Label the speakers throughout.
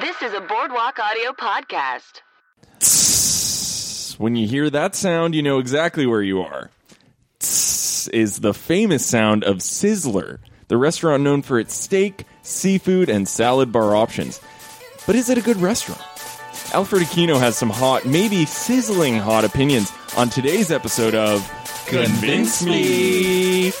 Speaker 1: This is a Boardwalk Audio podcast.
Speaker 2: When you hear that sound, you know exactly where you are. Tss is the famous sound of Sizzler, the restaurant known for its steak, seafood, and salad bar options. But is it a good restaurant? Alfred Aquino has some hot, maybe sizzling hot opinions on today's episode of Convince Me.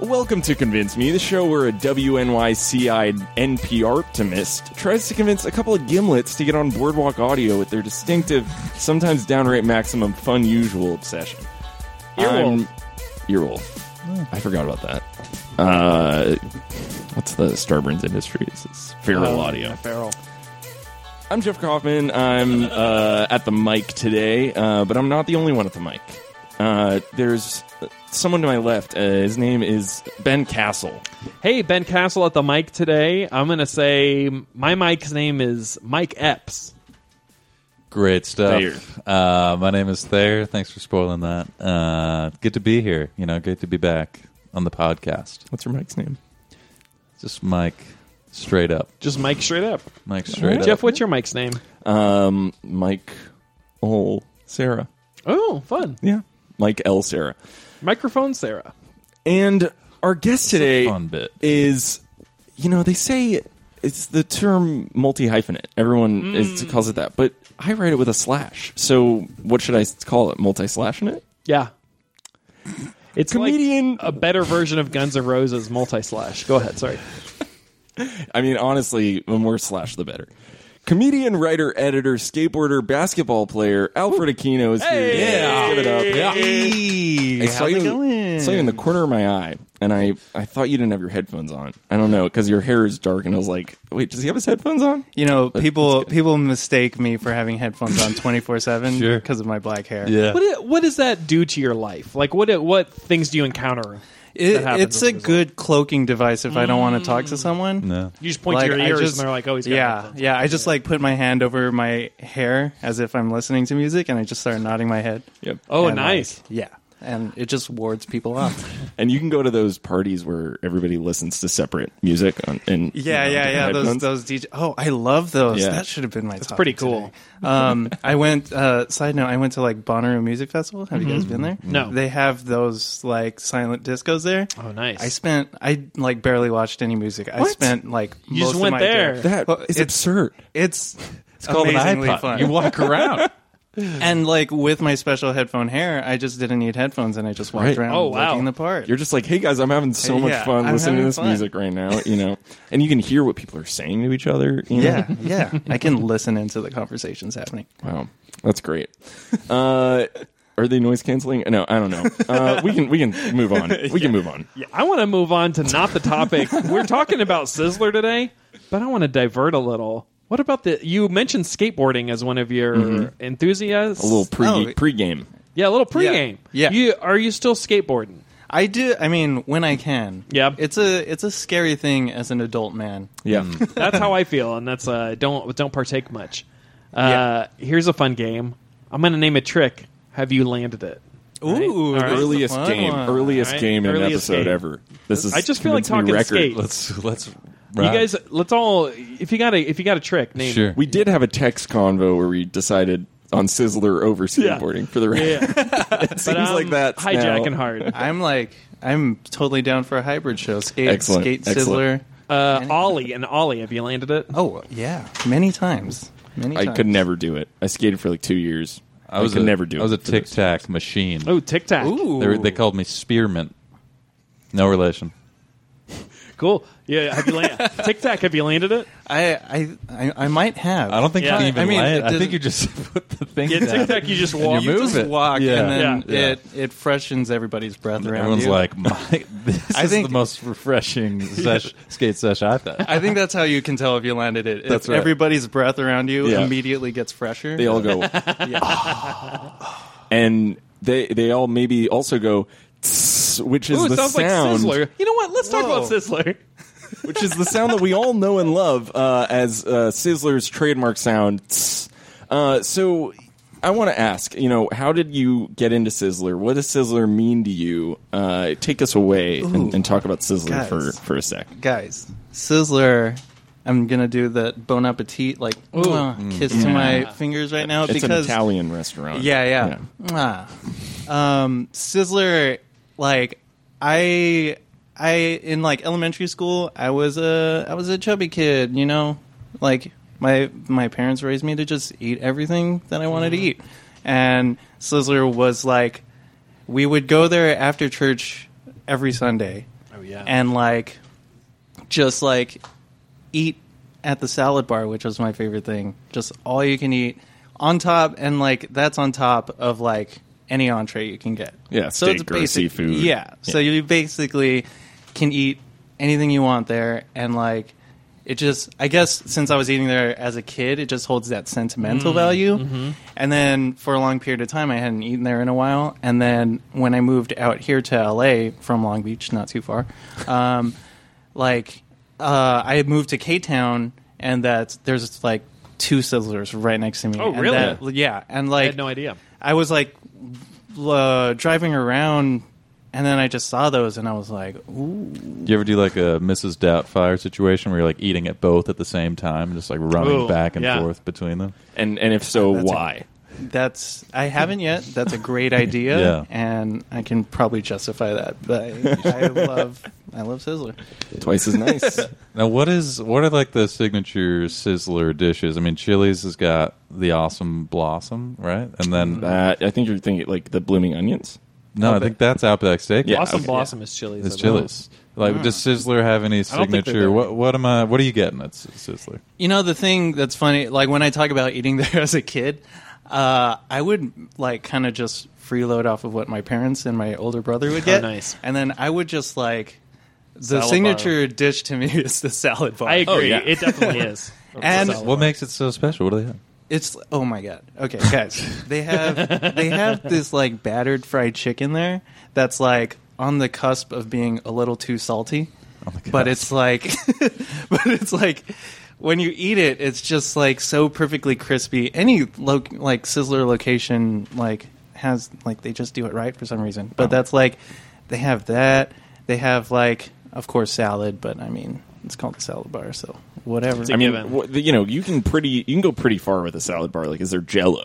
Speaker 2: Welcome to Convince Me, the show where a WNYCI NP optimist tries to convince a couple of gimlets to get on Boardwalk Audio with their distinctive, sometimes downright maximum fun usual obsession.
Speaker 3: Earwolf.
Speaker 2: I'm- Earwolf. I forgot about that. Uh, what's the Starburns Industries? It's Feral Audio.
Speaker 3: Feral.
Speaker 2: I'm Jeff Kaufman. I'm uh, at the mic today, uh, but I'm not the only one at the mic. Uh, there's someone to my left. Uh, his name is Ben Castle.
Speaker 3: Hey, Ben Castle at the mic today. I'm going to say my mic's name is Mike Epps.
Speaker 4: Great stuff. Uh, my name is Thayer. Thanks for spoiling that. Uh, good to be here. You know, great to be back on the podcast.
Speaker 2: What's your mic's name?
Speaker 4: Just Mike, straight up.
Speaker 3: Just Mike straight up.
Speaker 4: Mike, straight
Speaker 3: Jeff,
Speaker 4: up.
Speaker 3: what's your mic's name?
Speaker 2: Um, Mike. Oh, Sarah.
Speaker 3: Oh, fun.
Speaker 2: Yeah, Mike L. Sarah.
Speaker 3: Microphone Sarah.
Speaker 2: And our guest today
Speaker 4: fun bit.
Speaker 2: is, you know, they say it's the term multi hyphenate. Everyone is, calls it that, but I write it with a slash. So what should I s- call it? Multi slashing it?
Speaker 3: Yeah. It's
Speaker 2: Comedian-
Speaker 3: like a better version of Guns N' Roses multi slash. Go ahead. Sorry.
Speaker 2: I mean, honestly, the more slash, the better. Comedian, writer, editor, skateboarder, basketball player Alfred Aquino is here.
Speaker 3: Hey!
Speaker 2: Yeah, give it up.
Speaker 4: Hey,
Speaker 2: I saw
Speaker 4: how's it
Speaker 2: you,
Speaker 4: going?
Speaker 2: saw you in the corner of my eye, and I, I thought you didn't have your headphones on. I don't know because your hair is dark, and I was like, wait, does he have his headphones on?
Speaker 5: You know, people people mistake me for having headphones on twenty four seven
Speaker 4: Sure.
Speaker 5: because of my black hair.
Speaker 4: Yeah.
Speaker 3: What, it- what does that do to your life? Like, what it- what things do you encounter?
Speaker 5: It,
Speaker 3: That happens
Speaker 5: it's
Speaker 3: as
Speaker 5: a
Speaker 3: a result.
Speaker 5: good cloaking device if I don't want to talk to someone.
Speaker 4: No.
Speaker 3: You just point to your
Speaker 5: Mm. I
Speaker 3: ears
Speaker 5: just-
Speaker 3: and they're like, oh, he's got
Speaker 5: yeah,
Speaker 3: headphones.
Speaker 5: yeah. I just like put my hand over my hair as if I'm listening to music, and I just start nodding my head.
Speaker 2: Yep.
Speaker 3: Oh,
Speaker 5: And,
Speaker 3: nice.
Speaker 5: like, yeah, and it just wards people off.
Speaker 2: And you can go to those parties where everybody listens to separate music. On, and
Speaker 5: Yeah,
Speaker 2: you know,
Speaker 5: yeah, yeah.
Speaker 2: different
Speaker 5: Those
Speaker 2: headphones.
Speaker 5: those DJ. Oh, I love those.
Speaker 2: Yeah.
Speaker 5: That should have been my. That's
Speaker 3: pretty cool.
Speaker 5: um, I went. Uh, side note: I went to like Bonnaroo Music Festival. Have you guys been there?
Speaker 3: Mm-hmm. No.
Speaker 5: They have those like silent discos there.
Speaker 3: Oh, nice.
Speaker 5: I spent. I like barely watched any music. I
Speaker 2: What?
Speaker 5: spent like
Speaker 3: You just
Speaker 5: most of
Speaker 3: went
Speaker 5: my
Speaker 3: there.
Speaker 5: day-
Speaker 2: That
Speaker 5: Well,
Speaker 2: is
Speaker 5: it's
Speaker 2: absurd.
Speaker 5: It's it's
Speaker 4: Called an
Speaker 5: amazingly
Speaker 4: iPod.
Speaker 5: fun.
Speaker 4: You walk around.
Speaker 5: and like with my special headphone hair, I just didn't need headphones, and I just walked
Speaker 2: Right.
Speaker 5: around
Speaker 3: Oh, wow.
Speaker 5: looking the part.
Speaker 2: You're just like, hey guys, I'm having so much
Speaker 5: Yeah,
Speaker 2: fun
Speaker 5: I'm
Speaker 2: listening to
Speaker 5: having
Speaker 2: this
Speaker 5: fun.
Speaker 2: music right now. You know, and you can hear what people are saying to each other. You know?
Speaker 5: yeah, yeah. I can listen into the conversations happening.
Speaker 2: Wow, that's great. Uh, are they noise canceling? No, I don't know. Uh, we can we can move on. We can move on.
Speaker 3: I want to move on to not the topic. We're talking about Sizzler today, but I want to divert a little. What about the? You mentioned skateboarding as one of your enthusiasts.
Speaker 2: A little pre
Speaker 5: Oh.
Speaker 2: pregame.
Speaker 3: yeah, a little pregame.
Speaker 5: Yeah.
Speaker 3: You are you still skateboarding?
Speaker 5: I do. I mean, when I can.
Speaker 3: Yep.
Speaker 5: It's a it's a scary thing as an adult man.
Speaker 2: Yeah,
Speaker 3: That's how I feel, and that's uh don't don't partake much. Uh, Here's a fun game. I'm going to name a trick. Have you landed it?
Speaker 5: Ooh,
Speaker 3: All right.
Speaker 5: that's a
Speaker 2: earliest
Speaker 5: fun
Speaker 2: game,
Speaker 5: one.
Speaker 2: earliest
Speaker 3: Alright,
Speaker 2: game in an
Speaker 3: earliest
Speaker 2: episode
Speaker 3: game.
Speaker 2: ever. This is.
Speaker 3: I just feel like
Speaker 2: convincing me
Speaker 3: talking
Speaker 2: record.
Speaker 3: skate.
Speaker 4: Let's let's.
Speaker 3: You guys, let's all. If you got a if you got a trick, name
Speaker 4: Sure.
Speaker 3: it.
Speaker 2: We did have a text convo where we decided on Sizzler over skateboarding for the record.
Speaker 3: Yeah,
Speaker 2: it seems like that.
Speaker 3: um, hijacking
Speaker 2: now.
Speaker 3: hard.
Speaker 5: I'm like, I'm totally down for a hybrid show. Skate,
Speaker 2: Excellent,
Speaker 5: skate,
Speaker 2: excellent.
Speaker 5: sizzler.
Speaker 3: Uh, ollie and ollie, have you landed it?
Speaker 5: Oh yeah, many times. Many.
Speaker 2: I
Speaker 5: times.
Speaker 2: could never do it. I skated for like two years. I,
Speaker 4: I was
Speaker 2: could
Speaker 4: a,
Speaker 2: never do it.
Speaker 4: I was a
Speaker 2: for those.
Speaker 4: tic tac machine.
Speaker 3: Oh, tic tac.
Speaker 5: Ooh,
Speaker 4: They, were- they called me spearmint. No relation.
Speaker 3: Cool. Yeah. Have you landed Tic Tac? Have you landed it?
Speaker 5: I, I, I, I might have.
Speaker 4: I don't think
Speaker 3: Yeah.
Speaker 4: you even
Speaker 5: I mean,
Speaker 4: land.
Speaker 5: it
Speaker 4: I think
Speaker 5: didn't-
Speaker 4: you just put the thing
Speaker 3: Yeah.
Speaker 4: down.
Speaker 3: Tic Tac. You just walk.
Speaker 4: you
Speaker 5: You
Speaker 4: move
Speaker 5: just
Speaker 4: it.
Speaker 5: walk,
Speaker 4: Yeah.
Speaker 5: and then
Speaker 4: Yeah.
Speaker 5: it it freshens everybody's breath around.
Speaker 4: Everyone's
Speaker 5: you.
Speaker 4: like, my, this
Speaker 5: I
Speaker 4: is
Speaker 5: think-
Speaker 4: the most refreshing sesh, skate sesh I've had.
Speaker 5: I think that's how you can tell if you landed it. If
Speaker 4: That's right.
Speaker 5: everybody's breath around you
Speaker 2: Yeah.
Speaker 5: immediately gets fresher.
Speaker 2: They all go, "Ah." and they they all maybe also go, "Tss," which is
Speaker 3: Ooh, it
Speaker 2: the
Speaker 3: sounds like
Speaker 2: sound,
Speaker 3: Sizzler. You know what? Let's talk
Speaker 5: Whoa.
Speaker 3: about Sizzler.
Speaker 2: which is the sound that we all know and love uh, as uh, Sizzler's trademark sound. Tss. Uh, so. I want to ask, you know, how did you get into Sizzler? What does Sizzler mean to you? Uh, take us away and, and talk about Sizzler
Speaker 5: guys.
Speaker 2: for, for a sec.
Speaker 5: guys, Sizzler I'm gonna do the bon appetit like "Mwah," kiss to my fingers right now
Speaker 2: Mm. It's
Speaker 5: because
Speaker 2: an Italian restaurant.
Speaker 5: yeah, yeah. Mwah. Um, Sizzler, like I, I in like elementary school, I was a I was a chubby kid, you know, like my my parents raised me to just eat everything that I wanted
Speaker 2: Mm-hmm.
Speaker 5: to eat, and Sizzler was like, we would go there after church every Sunday,
Speaker 3: Oh yeah.
Speaker 5: and like just like eat at the salad bar, which was my favorite thing. Just all you can eat on top, and like that's on top of like any entree you can get.
Speaker 2: Yeah, steak or seafood.
Speaker 5: Yeah, so you basically can eat anything you want there, and like it just. I guess since I was eating there as a kid, it just holds that sentimental
Speaker 3: Mm-hmm.
Speaker 5: value. And then for a long period of time, I hadn't eaten there in a while. And then when I moved out here to LA from Long Beach, not too far, um, like uh, I had moved to K Town, and that there's like two sizzlers right next to me.
Speaker 3: Oh,
Speaker 5: And
Speaker 3: really?
Speaker 5: that- yeah, and like
Speaker 3: I had no idea.
Speaker 5: I was like l- uh, driving around, and then I just saw those, and I was like,
Speaker 4: You ever do like a Mrs. Doubtfire situation where you're like eating at both at the same time, just like running
Speaker 3: Ooh,
Speaker 4: back and
Speaker 3: yeah.
Speaker 4: forth between them?
Speaker 2: And and if so,
Speaker 5: That's a-
Speaker 2: why?
Speaker 5: "That's I haven't yet. That's a great idea,
Speaker 4: Yeah.
Speaker 5: and I can probably justify that." But I, I love, I love Sizzler.
Speaker 2: Twice as nice.
Speaker 4: Now, what is what are like the signature sizzler dishes? I mean, Chili's has got the awesome blossom, right? And
Speaker 3: Mm,
Speaker 4: then
Speaker 2: That I think you're thinking like the blooming onions.
Speaker 4: no, I think that's Outback Steakhouse.
Speaker 2: Yeah,
Speaker 3: Blossom
Speaker 2: okay.
Speaker 3: Blossom is Chili's.
Speaker 4: It's
Speaker 3: I believe.
Speaker 4: Chili's. Like, does Sizzler have any
Speaker 3: Mm. don't think they
Speaker 4: signature?
Speaker 3: do.
Speaker 4: What what am I? What are you getting at S- Sizzler?
Speaker 5: You know the thing that's funny, like when I talk about eating there as a kid, uh, I would like kind of just freeload off of what my parents and my older brother would get.
Speaker 3: Oh, nice.
Speaker 5: And then I would just like the
Speaker 3: Salad bar.
Speaker 5: signature dish to me is the salad bar.
Speaker 3: I agree.
Speaker 2: Oh, yeah.
Speaker 3: It definitely is.
Speaker 5: And-
Speaker 3: Salad
Speaker 4: What
Speaker 3: bar.
Speaker 4: makes it so special? What do they have?
Speaker 5: It's oh my god. Okay, guys, they have they have this like battered fried chicken there that's like on the cusp of being a little too salty, but it's like, but it's like when you eat it, it's just like so perfectly crispy. Any lo- like sizzler location like has like they just do it right for some reason. But that's like they have that. They have like of course salad, but I mean it's called the salad bar, so whatever.
Speaker 2: I mean,
Speaker 3: given.
Speaker 2: wha- the- you know, you can pretty you can go pretty far with a salad bar. Like, is there Jello?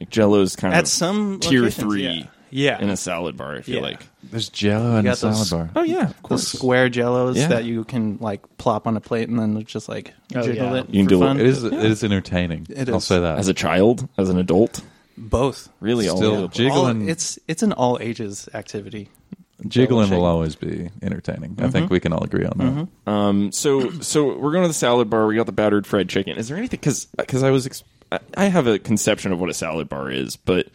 Speaker 2: Like Jello's kind
Speaker 5: At
Speaker 2: of
Speaker 5: some
Speaker 2: tier
Speaker 5: locations,
Speaker 2: three,
Speaker 5: yeah. Yeah.
Speaker 2: in a salad bar. I feel
Speaker 5: Yeah.
Speaker 2: like.
Speaker 4: There's Jello and
Speaker 5: got
Speaker 4: a
Speaker 5: a salad those-
Speaker 4: salad
Speaker 5: bar.
Speaker 3: Oh,
Speaker 4: bar.
Speaker 2: yeah, of
Speaker 5: the square jellos
Speaker 4: Yeah.
Speaker 5: that you can like plop on a plate and then just like
Speaker 3: Oh,
Speaker 5: jiggle
Speaker 3: yeah.
Speaker 5: it
Speaker 2: You can
Speaker 5: for
Speaker 2: do it.
Speaker 5: fun.
Speaker 4: It is it is entertaining.
Speaker 5: It
Speaker 4: I'll
Speaker 5: is.
Speaker 4: say that.
Speaker 2: As a child, as an adult,
Speaker 5: both
Speaker 2: really, all
Speaker 4: Still
Speaker 2: over the place.
Speaker 4: jiggling.
Speaker 5: All- it's it's an all ages activity.
Speaker 4: jiggling will always be entertaining. I think we can all agree on that.
Speaker 2: so so we're going to the salad bar. We got the battered fried chicken. Is there anything because I was ex- I- I have a conception of what a salad bar is, but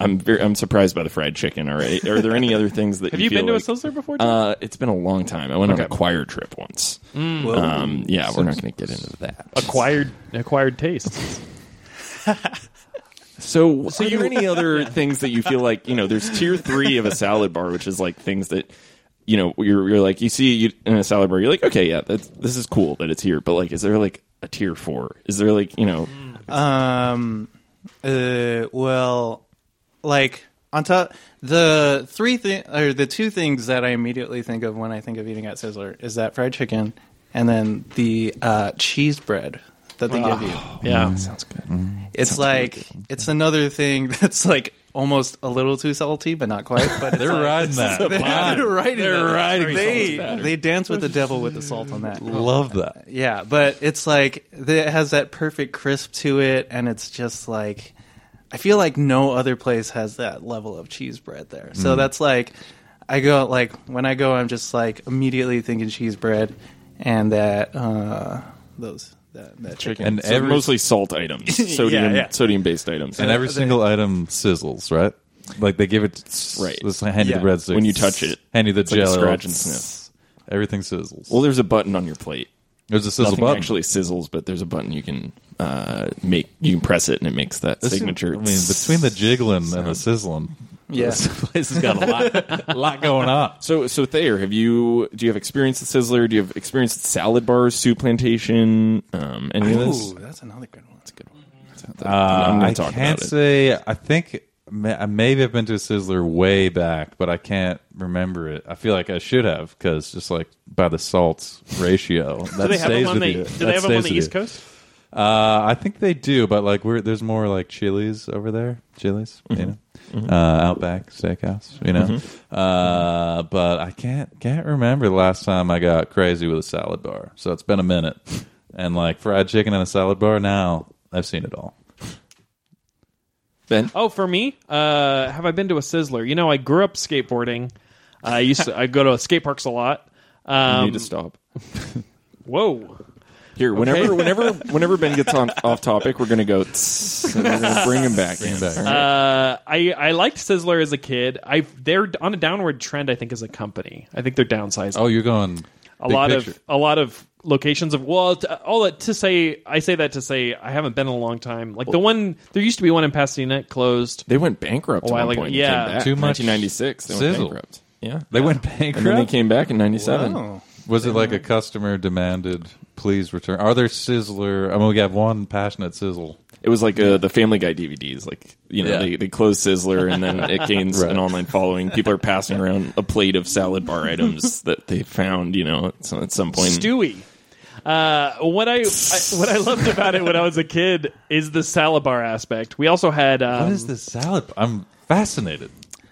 Speaker 2: I'm very I'm surprised by the fried chicken. All right, are there any other things that
Speaker 3: Have
Speaker 2: you
Speaker 3: you
Speaker 2: feel
Speaker 3: been to a
Speaker 2: like-
Speaker 3: Sizzler before, Jim?
Speaker 2: Uh, it's been a long time. I went on a choir trip once.
Speaker 5: Mm.
Speaker 3: Hmm.
Speaker 2: Um, yeah, we're not going to get into that.
Speaker 3: acquired acquired tastes.
Speaker 2: So, are there any other things that you feel like you know? There's tier three of a salad bar, which is like things that you know you're you're like you see you, in a salad bar, you're like, okay, yeah, that's, this is cool that it's here, but like, is there like a tier four? Is there like you know?
Speaker 4: Mm.
Speaker 5: Um, uh, well, like on top the three thing or the two things that I immediately think of when I think of eating at Sizzler is that fried chicken and then the uh, cheese bread that they give you.
Speaker 3: Yeah.
Speaker 2: Oh, Sounds good.
Speaker 5: It's like it's another thing that's like almost a little too salty, but not quite. But it's
Speaker 4: They're
Speaker 5: like-
Speaker 4: riding that.
Speaker 5: They're, they're riding.
Speaker 4: They're
Speaker 5: that.
Speaker 4: riding
Speaker 5: They they dance with the devil with the salt on that.
Speaker 4: Love that.
Speaker 5: Yeah, but it's like it has that perfect crisp to it, and it's just like I feel like no other place has that level of cheese bread there. So that's like I go like when I go, I'm just like immediately thinking cheese bread and that uh those that that chicken.
Speaker 4: And
Speaker 2: So
Speaker 4: every
Speaker 2: mostly salt items, sodium
Speaker 5: yeah.
Speaker 2: sodium based items.
Speaker 4: and every single item sizzles, right? Like they give it
Speaker 2: Right.
Speaker 4: This hand you
Speaker 5: Yeah.
Speaker 4: the breadsticks.
Speaker 2: When you touch it,
Speaker 4: hand you the
Speaker 2: like a
Speaker 4: jello.
Speaker 2: scratch and sniff.
Speaker 4: Everything sizzles.
Speaker 2: well, there's a button on your plate.
Speaker 4: There's a sizzle
Speaker 2: Nothing
Speaker 4: button.
Speaker 2: actually sizzles, but there's a button you can uh, make. You can press it, and it makes that
Speaker 4: This is-
Speaker 2: signature.
Speaker 4: I mean, between the jiggling and the sizzling,
Speaker 5: yeah.
Speaker 4: this place has got a lot, lot going on.
Speaker 2: So, so Thayer, have you? Do you have experience at Sizzler? Do you have experience at salad bars, soup plantation? Um, any of this?
Speaker 5: Ooh, that's another good one. That's a good one.
Speaker 2: I'm
Speaker 4: Oh. Uh, I
Speaker 2: gonna talk
Speaker 4: can't
Speaker 2: about it.
Speaker 4: say. I think ma- maybe I've been to a Sizzler way back, but I can't remember it. I feel like I should have because just like by the salts ratio, that
Speaker 6: Do they have them
Speaker 4: stays
Speaker 6: on
Speaker 4: with
Speaker 6: the Do
Speaker 4: you. That
Speaker 6: they have them on
Speaker 4: stays
Speaker 6: the
Speaker 4: with
Speaker 6: East
Speaker 4: you.
Speaker 6: Coast?
Speaker 4: Uh, I think they do, but like we're there's more like Chili's over there, Chili's,
Speaker 6: Mm-hmm.
Speaker 4: you know, uh, Outback Steakhouse, you know. Uh, but I can't can't remember the last time I got crazy with a salad bar. So it's been a minute, and like fried chicken and a salad bar. Now I've seen it all.
Speaker 2: Ben,
Speaker 3: Oh, for me, uh, have I been to a Sizzler? You know, I grew up skateboarding. I used to, I go to skate parks a lot.
Speaker 2: you
Speaker 3: Um,
Speaker 2: need to stop.
Speaker 3: whoa.
Speaker 2: Here, whenever, whenever, whenever Ben gets on off topic, we're gonna go. "Tss," and we're gonna bring him back.
Speaker 4: Bring it back.
Speaker 3: Uh, I I liked Sizzler as a kid. I they're on a downward trend. I think as a company, I think they're downsizing.
Speaker 4: oh, you're going
Speaker 3: a lot of a lot of locations of well to, all that to say i say that to say i haven't been in a long time like the one there used to be one in pasadena it closed
Speaker 2: They went bankrupt
Speaker 3: A
Speaker 2: at
Speaker 3: while
Speaker 2: one
Speaker 3: ago,
Speaker 2: point. and
Speaker 3: Oh, yeah.
Speaker 2: came back.
Speaker 4: Too much
Speaker 2: 1996. They went
Speaker 4: sizzle.
Speaker 2: bankrupt. Yeah,
Speaker 4: They
Speaker 2: and
Speaker 4: went
Speaker 2: then they
Speaker 4: bankrupt.
Speaker 2: came back in '97.
Speaker 5: Oh,
Speaker 4: Was it like a customer demanded? Please return. Are there Sizzler? I mean, we have one passionate sizzle.
Speaker 2: It was like uh, the Family Guy DVDs. Like you know,
Speaker 4: Yeah.
Speaker 2: they, they closed Sizzler, and then it gains an online following. People are passing around a plate of salad bar items that they found. You know, at some, at some point.
Speaker 3: stewie uh, what I, I what I loved about it when I was a kid is the salad bar aspect. We also had um,
Speaker 4: What is this salad? I'm fascinated.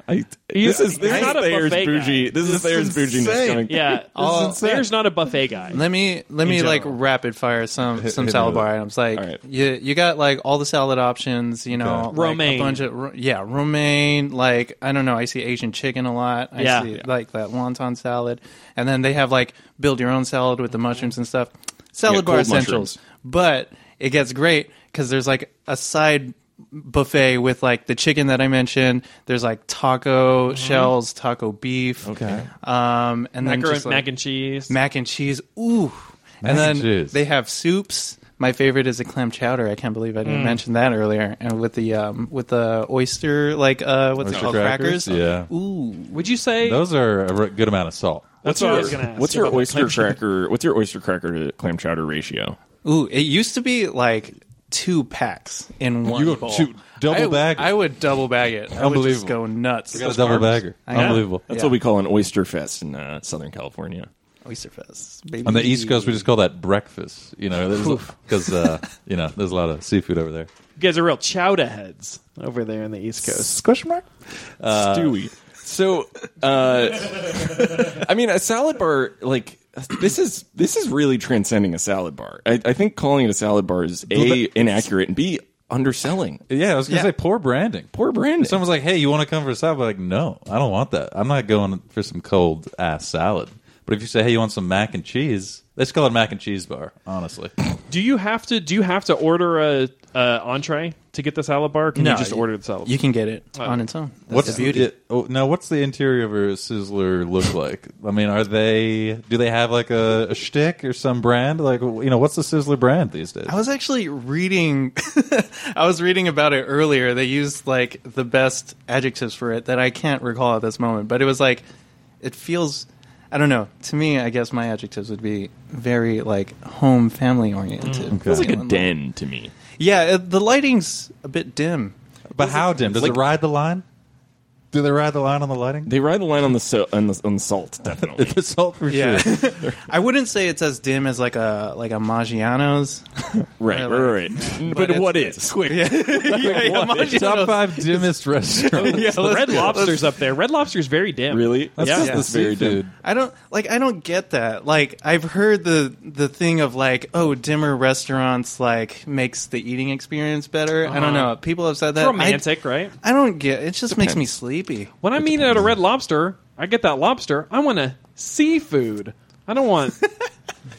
Speaker 2: I,
Speaker 3: He's-
Speaker 2: this is this
Speaker 3: he's
Speaker 2: is
Speaker 3: not a
Speaker 2: Thayer's
Speaker 3: buffet guy.
Speaker 2: bougie. This is Thayer's bouginess
Speaker 5: insane.
Speaker 2: coming.
Speaker 3: yeah.
Speaker 5: Oh.
Speaker 3: This is insane. There's not a buffet guy.
Speaker 5: let me let me like
Speaker 3: general.
Speaker 5: rapid fire some some
Speaker 4: hit
Speaker 5: salad
Speaker 4: me with
Speaker 5: bar items. Like
Speaker 2: All right.
Speaker 5: you you got like all the salad options. You know,
Speaker 4: Okay.
Speaker 5: like,
Speaker 3: Romaine.
Speaker 5: a bunch of ro- yeah, romaine. Like I don't know. I see Asian chicken a lot. I
Speaker 3: Yeah.
Speaker 5: see like that wonton salad, and then they have like build your own salad with the mushrooms and stuff. Salad
Speaker 2: Yeah,
Speaker 5: bar
Speaker 2: cold
Speaker 5: essentials, but it gets great because there's like a side buffet with like the chicken that I mentioned. There's like taco
Speaker 3: Mm-hmm.
Speaker 5: shells, taco beef. Okay. Um, and then
Speaker 3: Macaroni-
Speaker 5: just, like,
Speaker 3: mac and cheese.
Speaker 5: mac and cheese. Ooh,
Speaker 4: and
Speaker 5: and then
Speaker 4: cheese.
Speaker 5: they have soups. My favorite is a clam chowder. I can't believe I didn't mention that earlier. And with the um, with the oyster like uh, what's it
Speaker 4: Oyster
Speaker 5: called crackers?
Speaker 4: Yeah,
Speaker 5: Ooh,
Speaker 3: Would you say
Speaker 4: those are a re- good amount of salt.
Speaker 2: What's
Speaker 3: That's what I
Speaker 2: your
Speaker 3: was gonna ask
Speaker 2: what's your
Speaker 3: about
Speaker 2: oyster cracker? What's your oyster cracker to clam chowder ratio?
Speaker 5: ooh! It used to be like two packs in one.
Speaker 4: You would
Speaker 5: bowl.
Speaker 4: shoot- double
Speaker 5: I,
Speaker 4: bag it.
Speaker 5: I would double bag it. I would just
Speaker 4: Unbelievable.
Speaker 5: go nuts.
Speaker 4: Got a double bagger.
Speaker 5: I got it.
Speaker 4: Unbelievable.
Speaker 2: That's
Speaker 5: Yeah.
Speaker 2: what we call an oyster fest in uh, Southern California.
Speaker 5: Oyster fest, baby.
Speaker 4: On the East Coast, we just call that breakfast. You know, because uh, you know, there's a lot of seafood over there.
Speaker 3: you guys are real chowder heads over there in the East Coast?
Speaker 4: Question mark.
Speaker 2: Stewie. Uh, So, uh, I mean, a salad bar like this is this is really transcending a salad bar. I, I think calling it a salad bar is a inaccurate and b underselling.
Speaker 4: Yeah, I was gonna
Speaker 5: Yeah.
Speaker 4: say poor branding.
Speaker 2: Poor branding.
Speaker 4: Someone's like, "Hey, you want to come for a salad?" I'm like, "No, I don't want that. I'm not going for some cold ass salad." But if you say, "Hey, you want some mac and cheese?" Let's call it mac and cheese bar. Honestly,
Speaker 3: Do you have to? Do you have to order a, a entree to get the salad bar? or Can
Speaker 5: No,
Speaker 3: you just
Speaker 5: you-
Speaker 3: order the salad?
Speaker 5: You can get it on its own. That's
Speaker 4: what's
Speaker 5: the beauty?
Speaker 4: it- oh, now? What's the interior of a sizzler look like? I mean, are they? Do they have like a, a shtick or some brand? Like, you know, what's the sizzler brand these days?
Speaker 5: I was actually reading. I was reading about it earlier. They used like the best adjectives for it that I can't recall at this moment, but it was like it feels. I don't know. To me, I guess my adjectives would be very like home family oriented.
Speaker 4: Okay. Feels like
Speaker 2: It's Mm. like a den to me.
Speaker 5: Yeah, it, the lighting's a bit dim.
Speaker 4: But how dim? Does
Speaker 2: like-
Speaker 4: it ride the line? Do they ride the line on the lighting?
Speaker 2: They ride the line on the so- on the, on the salt definitely.
Speaker 4: The salt for
Speaker 5: Yeah.
Speaker 4: sure.
Speaker 5: I wouldn't say it's as dim as like a like a Maggiano's.
Speaker 2: right, right, right. But,
Speaker 5: it's-
Speaker 2: what is quick?
Speaker 5: yeah, yeah,
Speaker 4: Top
Speaker 5: Maggiano's.
Speaker 4: five dimmest restaurants.
Speaker 5: Yeah,
Speaker 3: the
Speaker 5: let's
Speaker 3: Red
Speaker 5: go.
Speaker 3: Lobster's up there. Red Lobster's very dim.
Speaker 2: Really?
Speaker 4: That's
Speaker 3: Yeah.
Speaker 4: just
Speaker 3: Yeah.
Speaker 4: the
Speaker 2: It's very dim.
Speaker 4: seafood.
Speaker 5: I don't like I don't get that. Like I've heard the the thing of like oh dimmer restaurants like makes the eating experience better. I don't know. People have said that.
Speaker 2: Uh,
Speaker 3: It's Uh-huh. romantic, right?
Speaker 5: I, I don't get it. Just makes me sleepy.
Speaker 3: When I'm eating at a Red Lobster, I get that lobster. I want a seafood. I don't want.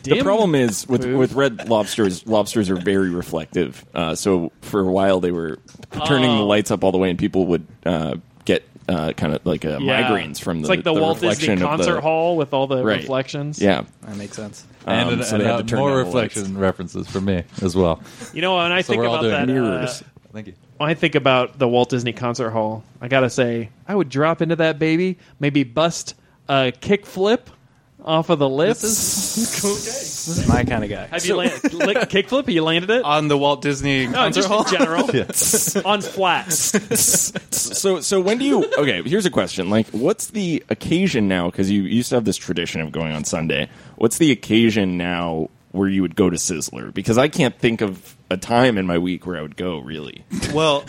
Speaker 2: The problem is with with red lobsters. Lobsters are very reflective. Uh, so for a while they were turning
Speaker 3: Oh.
Speaker 2: the lights up all the way, and people would uh, get uh, kind of like uh, migraines from the
Speaker 3: It's like the, Walt Disney
Speaker 2: reflection of
Speaker 3: concert
Speaker 2: the,
Speaker 3: hall with all the
Speaker 2: Right.
Speaker 3: reflections.
Speaker 2: Yeah,
Speaker 5: That makes sense.
Speaker 4: And,
Speaker 2: Um,
Speaker 4: and,
Speaker 2: so they had
Speaker 4: and,
Speaker 2: to
Speaker 4: uh,
Speaker 2: turn
Speaker 4: more
Speaker 2: down the
Speaker 4: reflection references for me as well.
Speaker 3: You know, when I
Speaker 4: So
Speaker 3: think
Speaker 4: we're all
Speaker 3: about that,
Speaker 4: doing
Speaker 2: mirrors.
Speaker 3: uh,
Speaker 4: Thank you.
Speaker 3: when I think about the Walt Disney concert hall, I gotta say, I would drop into that baby, maybe bust a kick flip off of the lips.
Speaker 5: This is my kind of guy.
Speaker 3: Have you landed kickflip? You landed it?
Speaker 5: On the Walt Disney
Speaker 3: no,
Speaker 5: concert
Speaker 3: just
Speaker 5: hall.
Speaker 3: in general.
Speaker 4: Yes.
Speaker 3: On flats.
Speaker 2: so so when do you okay here's a question like what's the occasion now because you used to have this tradition of going on sunday what's the occasion now where you would go to sizzler because i can't think of a time in my week where i would go really
Speaker 5: Well,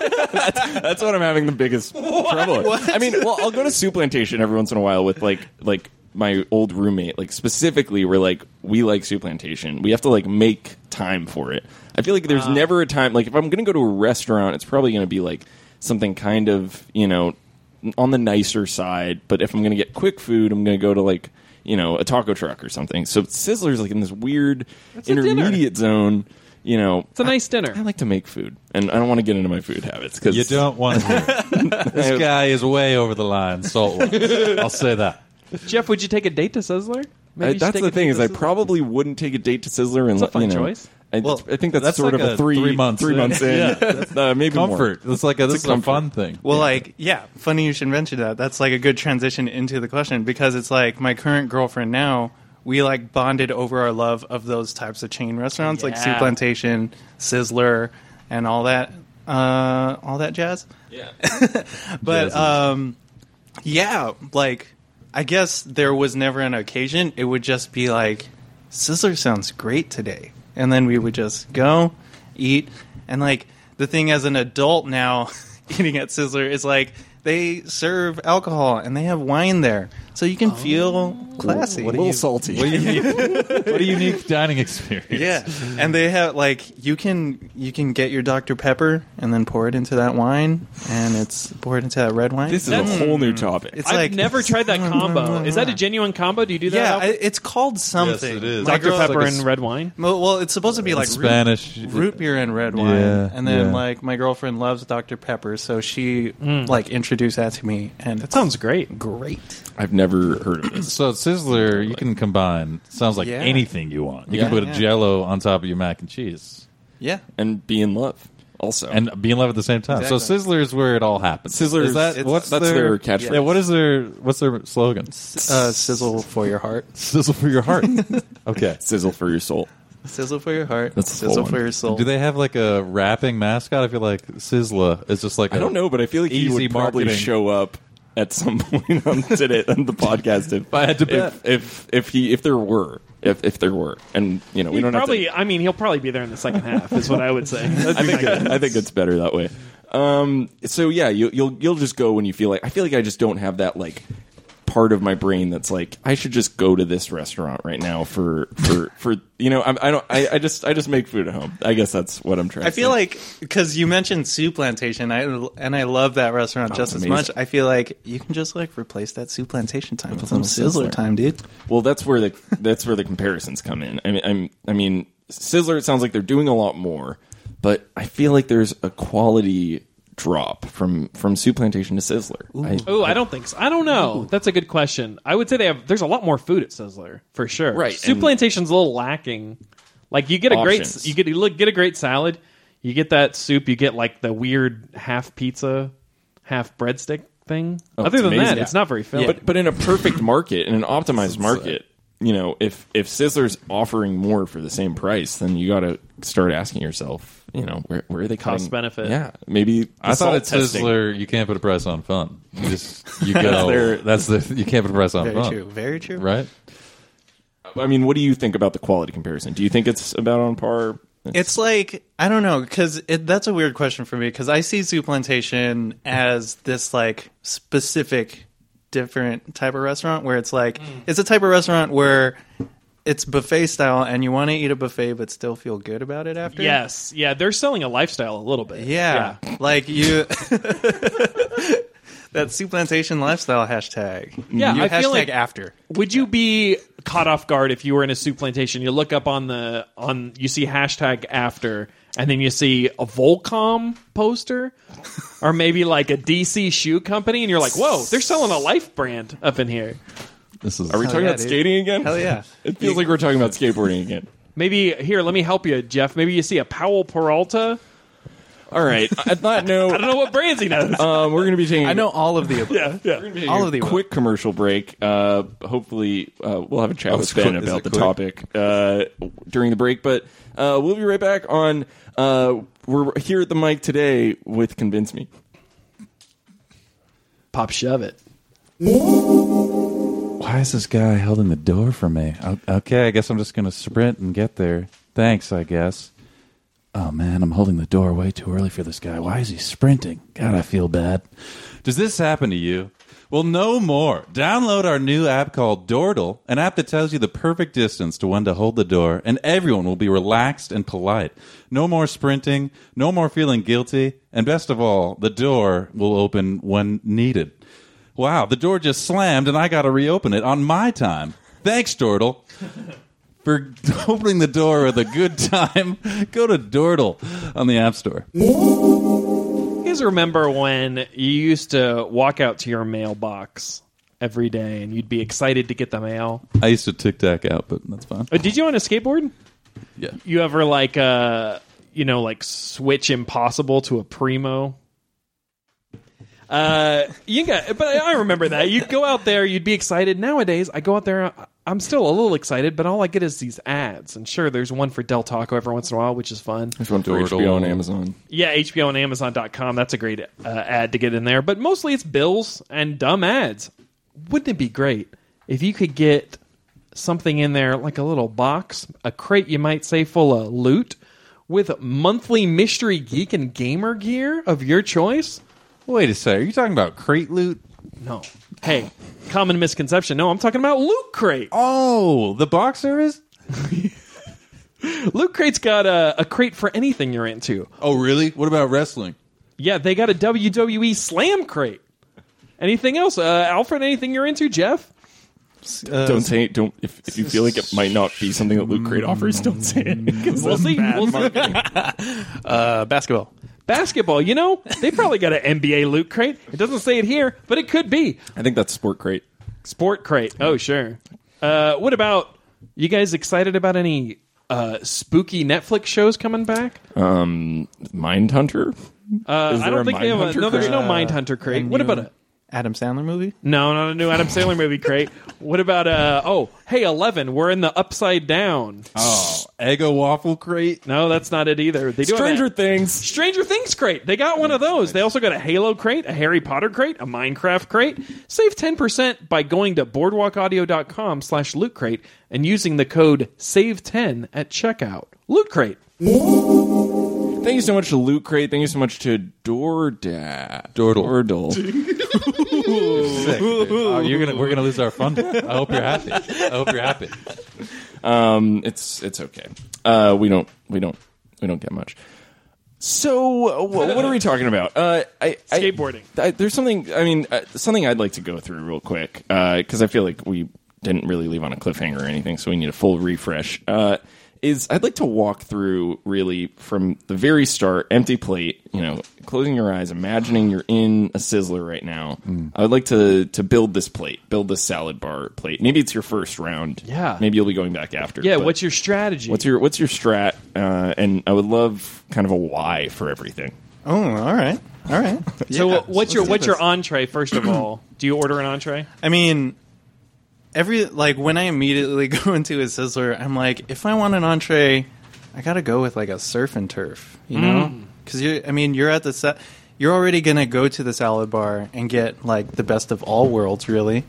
Speaker 2: that's what i'm having the biggest trouble with i mean well i'll go to soup plantation every once in a while with like like my old roommate like specifically we're like we like soup plantation we have to like make time for it i feel like there's never a time like if i'm gonna go to a restaurant it's probably gonna be like something kind of you know on the nicer side. But if I'm going to get quick food, I'm going to go to like you know a taco truck or something. So Sizzler's like in this weird
Speaker 3: a dinner.
Speaker 2: intermediate zone. You know,
Speaker 3: It's a nice dinner.
Speaker 2: I like to make food, and I don't want to get into my food habits because
Speaker 4: You don't want to. hear it. this guy is way over the line, salt. I'll say that.
Speaker 3: Jeff, would you take a date to Sizzler? Maybe you should
Speaker 2: that's
Speaker 3: take
Speaker 2: the
Speaker 3: a
Speaker 2: thing
Speaker 3: date
Speaker 2: is
Speaker 3: to
Speaker 2: I
Speaker 3: Sizzler.
Speaker 2: probably wouldn't take a date to Sizzler and
Speaker 3: It's a fun
Speaker 2: you know,
Speaker 3: choice.
Speaker 2: I,
Speaker 4: Well,
Speaker 2: I think that's,
Speaker 4: that's
Speaker 2: sort
Speaker 4: like
Speaker 2: of a
Speaker 4: a
Speaker 2: three
Speaker 4: three months
Speaker 2: three
Speaker 4: in.
Speaker 2: months in,
Speaker 4: Yeah.
Speaker 2: uh, maybe
Speaker 4: Comfort.
Speaker 2: more.
Speaker 4: It's like a, this is a
Speaker 2: comfort.
Speaker 4: fun thing.
Speaker 5: well, like, yeah. Funny you should mention that. That's like a good transition into the question because it's like my current girlfriend now. We like bonded over our love of those types of chain restaurants, like Soup
Speaker 3: Yeah.
Speaker 5: Plantation, Sizzler, and all that, uh, all that jazz. but
Speaker 4: Jazz.
Speaker 5: um, yeah, like I guess there was never an occasion. It would just be like, Sizzler sounds great today, and then we would just go eat. And like the thing as an adult now, eating at Sizzler is like they serve alcohol and they have wine there, so you can feel
Speaker 3: Oh.
Speaker 5: classy.
Speaker 2: A little salty.
Speaker 4: what a unique dining experience.
Speaker 5: Yeah, and they have like you can you can get your Dr Pepper and then pour it into that wine, and it's poured into that red wine.
Speaker 2: This is a whole new topic.
Speaker 5: It's
Speaker 3: I've
Speaker 5: like-
Speaker 3: never tried that combo. Is that a genuine combo? Do you do that?
Speaker 5: yeah,
Speaker 3: Al?
Speaker 5: I, it's called something.
Speaker 4: it is.
Speaker 5: My
Speaker 3: Dr
Speaker 4: Dr.
Speaker 5: girl-
Speaker 3: Pepper
Speaker 4: like a
Speaker 3: and
Speaker 4: s-
Speaker 3: red wine.
Speaker 5: Well, well, it's supposed to be like root-
Speaker 4: Spanish-
Speaker 5: root, beer and red wine,
Speaker 4: Yeah,
Speaker 5: and then
Speaker 4: yeah.
Speaker 5: like my girlfriend loves Dr Pepper, so she like introduced Mm. that to me, and it
Speaker 3: Sounds great.
Speaker 5: great.
Speaker 2: I've never heard of this.
Speaker 4: So at Sizzler, you can combine. Sounds like
Speaker 5: Yeah.
Speaker 4: anything you want. You
Speaker 2: Yeah.
Speaker 4: can put a
Speaker 5: Yeah.
Speaker 4: Jello on top of your mac and cheese,
Speaker 5: Yeah,
Speaker 2: and be in love also.
Speaker 4: and be in love at the same time. So
Speaker 5: Exactly.
Speaker 4: Sizzler is where it all happens.
Speaker 2: Sizzler
Speaker 4: is that
Speaker 2: is-
Speaker 4: what's
Speaker 2: that's their catchphrase.
Speaker 4: Yeah, what is their what's their slogan?
Speaker 5: uh, sizzle for your heart,
Speaker 4: Sizzle for your heart. okay.
Speaker 2: sizzle for your soul.
Speaker 5: sizzle for your heart,
Speaker 2: That's the full
Speaker 5: sizzle
Speaker 2: one.
Speaker 5: for your soul.
Speaker 4: Do they have like a rapping mascot? I feel like Sizzla is just like I
Speaker 2: I don't know, but I feel like he
Speaker 4: Easy
Speaker 2: would probably
Speaker 4: marketing.
Speaker 2: show up at some point on today on the podcast if
Speaker 4: I had to bet.
Speaker 2: if, if if he if there were if if there were and you know we
Speaker 3: He
Speaker 2: don't
Speaker 3: probably.
Speaker 2: have
Speaker 3: I mean, he'll probably be there in the second half. Is what I would say. That'd
Speaker 2: to. I
Speaker 3: be
Speaker 2: think
Speaker 3: my
Speaker 2: I think it's better that way. Um. So yeah, you, you'll you'll just go when you feel like. I feel like I just don't have that like part of my brain that's like I should just go to this restaurant right now for for for you know I'm, I don't I, I just I just make food at home. I guess that's what I'm trying.
Speaker 5: I
Speaker 2: to
Speaker 5: feel
Speaker 2: say.
Speaker 5: like because you mentioned Soup Plantation, I and I love that
Speaker 4: Oh,
Speaker 5: restaurant just
Speaker 2: it's
Speaker 5: as
Speaker 2: amazing.
Speaker 5: much. I feel like you can just like replace that Soup Plantation time with some Sizzler time, dude.
Speaker 2: Well, that's where the that's where the comparisons come in. I mean, I'm, I mean, Sizzler. It sounds like they're doing a lot more, but I feel like there's a quality drop from from Soup Plantation to Sizzler. I-
Speaker 3: Oh, I don't think so. I don't know. That's a good question. I would say they have. There's a lot more food at Sizzler for sure.
Speaker 2: Right,
Speaker 3: Soup
Speaker 2: and-
Speaker 3: Plantation's a little lacking. Like you get a
Speaker 2: Options.
Speaker 3: great, you get you look get a great salad. You get that soup. You get like the weird half pizza, half breadstick thing.
Speaker 2: Oh,
Speaker 3: Other
Speaker 2: it's
Speaker 3: than that,
Speaker 2: amazing.
Speaker 3: it's not very filling.
Speaker 2: But but in a perfect market, in an optimized market, you know, if if Sizzler's offering more for the same price, then you got to start asking yourself, you know, where where are they cutting?
Speaker 3: Cost benefit.
Speaker 2: Yeah, maybe. the
Speaker 4: I thought
Speaker 2: salt
Speaker 4: at
Speaker 2: testing.
Speaker 4: Sizzler you can't put a price on fun. You just you go. that's,
Speaker 2: their-
Speaker 4: the you can't put a price on
Speaker 5: Very
Speaker 4: fun.
Speaker 5: true. Very true.
Speaker 4: Right.
Speaker 2: I mean, what do you think about the quality comparison? Do you think it's about on par?
Speaker 5: It's like I don't know because that's a weird question for me because I see Soup Plantation as this like specific different type of restaurant where it's like
Speaker 3: Mm.
Speaker 5: it's a type of restaurant where it's buffet style and you want to eat a buffet but still feel good about it after.
Speaker 3: yes, yeah, they're selling a lifestyle a little bit.
Speaker 5: Yeah. Like you that soup plantation lifestyle hashtag.
Speaker 3: Yeah,
Speaker 5: You
Speaker 3: I
Speaker 5: hashtag
Speaker 3: feel like-
Speaker 5: after.
Speaker 3: Would you be caught off guard if you were in a soup plantation? You look up on the on you see hashtag after, and then you see a Volcom poster, or maybe like a DC shoe company, and you're like, "Whoa, they're selling a Life brand up in here."
Speaker 4: This is
Speaker 2: Are we talking
Speaker 5: yeah,
Speaker 2: about
Speaker 5: dude.
Speaker 2: skating again?
Speaker 5: Hell yeah.
Speaker 2: It feels like we're talking about skateboarding again.
Speaker 3: Maybe here, let me help you, Jeff. Maybe you see a Powell Peralta
Speaker 2: All right. I thought
Speaker 3: I
Speaker 2: no.
Speaker 3: don't know what brands he knows.
Speaker 2: Um, we're going to be taking.
Speaker 5: I know all of the above.
Speaker 3: yeah, yeah.
Speaker 2: Taking
Speaker 5: all
Speaker 2: a
Speaker 5: of the above.
Speaker 2: quick commercial break. Uh, hopefully, uh, we'll have a chat with
Speaker 4: it's
Speaker 2: Ben
Speaker 4: quick- is
Speaker 2: about
Speaker 4: it
Speaker 2: the
Speaker 4: quick?
Speaker 2: topic uh, during the break. But uh, we'll be right back on. Uh, we're here at the mic today with Convince Me.
Speaker 3: Pop shove it.
Speaker 4: Why is this guy holding the door for me? O- Okay, I guess I'm just gonna sprint and get there. Thanks, I guess. Oh man, I'm holding the door way too early for this guy. Why is he sprinting? God, I feel bad. Does this happen to you? Well, no more. Download our new app called Dordle, an app that tells you the perfect distance to when to hold the door, and everyone will be relaxed and polite. No more sprinting, no more feeling guilty, and best of all, the door will open when needed. Wow, the door just slammed and I got to reopen it on my time. Thanks, Dordle for opening the door with a good time, go to Dordle on the App Store.
Speaker 3: You guys remember when you used to walk out to your mailbox every day and you'd be excited to get the mail?
Speaker 4: I used to tic tac out, but that's fine.
Speaker 3: Uh, Did you on a skateboard?
Speaker 4: Yeah.
Speaker 3: You ever like uh you know like switch impossible to a primo? Uh you got but I remember that. You'd go out there, you'd be excited. Nowadays, I go out there I'm still a little excited, but all I get is these ads. And sure, there's one for Del Taco every once in a while, which is fun.
Speaker 2: There's one for
Speaker 4: Dordle.
Speaker 2: HBO and Amazon.
Speaker 3: Yeah, HBO and Amazon.com. That's a great uh, ad to get in there. But mostly it's bills and dumb ads. Wouldn't it be great if you could get something in there, like a little box, a crate, you might say, full of loot, with monthly mystery geek and gamer gear of your choice?
Speaker 4: Wait a sec. Are you talking about crate loot?
Speaker 3: No. Hey, common misconception. No, I'm talking about Loot Crate.
Speaker 4: Oh, the box service?
Speaker 3: Loot Crate's got a, a crate for anything you're into.
Speaker 4: Oh, really? What about wrestling?
Speaker 3: Yeah, they got a WWE Slam Crate. Anything else, uh, Alfred? Anything you're into, Jeff?
Speaker 5: Uh,
Speaker 2: Don't say it. Don't if, if you feel like it might not be something that Loot Crate offers. Don't say it. 'Cause
Speaker 3: We'll
Speaker 2: that's
Speaker 3: see.
Speaker 2: bad
Speaker 3: We'll see.
Speaker 2: marketing.
Speaker 5: uh, basketball.
Speaker 3: Basketball, you know, they probably got an NBA loot crate. It doesn't say it here, but it could be
Speaker 2: I think that's Sport Crate.
Speaker 3: sport crate. Oh, sure. Uh, what about you guys? Excited about any uh, spooky Netflix shows coming back?
Speaker 2: Um, Mindhunter.
Speaker 3: Uh,
Speaker 2: Is
Speaker 3: I
Speaker 2: there
Speaker 3: don't
Speaker 2: a
Speaker 3: think they have. A,
Speaker 2: Mindhunter
Speaker 3: no, there's
Speaker 2: crate?
Speaker 3: no Mindhunter crate. What about a?
Speaker 5: Adam Sandler movie?
Speaker 3: No, not a new Adam Sandler movie crate. What about uh? Oh, hey, Eleven. We're in the Upside Down.
Speaker 2: Uh,
Speaker 4: Oh, Eggo waffle crate?
Speaker 3: No, that's not it either. They do have
Speaker 2: Stranger
Speaker 3: a-
Speaker 2: Things.
Speaker 3: Stranger Things crate. They got one of those. They also got a Halo crate, a Harry Potter crate, a Minecraft crate. Save 10% by going to boardwalkaudio.com slash loot crate and using the code SAVE10 at checkout. Loot crate.
Speaker 2: Thank you so much to Loot Crate. Thank you so much to DoorDash.
Speaker 4: Dordle.
Speaker 2: Dordle.
Speaker 4: Sick, dude. Oh, you're gonna, we're going to lose our fun. I hope you're happy. I hope you're happy.
Speaker 2: Um, it's it's okay. Uh, we don't we don't we don't get much. So wh- what are we talking about? Uh, I, I,
Speaker 3: Skateboarding.
Speaker 2: I, there's something. I mean, uh, something I'd like to go through real quick because I feel like we didn't really leave on a cliffhanger or anything, so we need a full refresh. Uh, is I'd like to walk through really from the very start, empty plate. You know, closing your eyes, imagining you're in a sizzler right now. I would like to to build this plate, build this salad bar plate. Maybe it's your first round.
Speaker 3: Yeah.
Speaker 2: Maybe you'll be going back after.
Speaker 3: Yeah,
Speaker 2: but-
Speaker 3: what's your strategy?
Speaker 2: What's your what's your strat? Uh, and I would love kind of a why for everything.
Speaker 5: Oh, all right, all right.
Speaker 3: so
Speaker 5: Yeah,
Speaker 3: what's your
Speaker 5: let's do
Speaker 3: what's your
Speaker 5: this.
Speaker 3: entree first of all? Do you order an entree?
Speaker 5: I mean, every like when I immediately go into a sizzler, I'm like, if I want an entree, I gotta go with like a surf and turf, you know? Because you, I mean, you're at the set. You're already gonna go to the salad bar and get like the best of all worlds, really.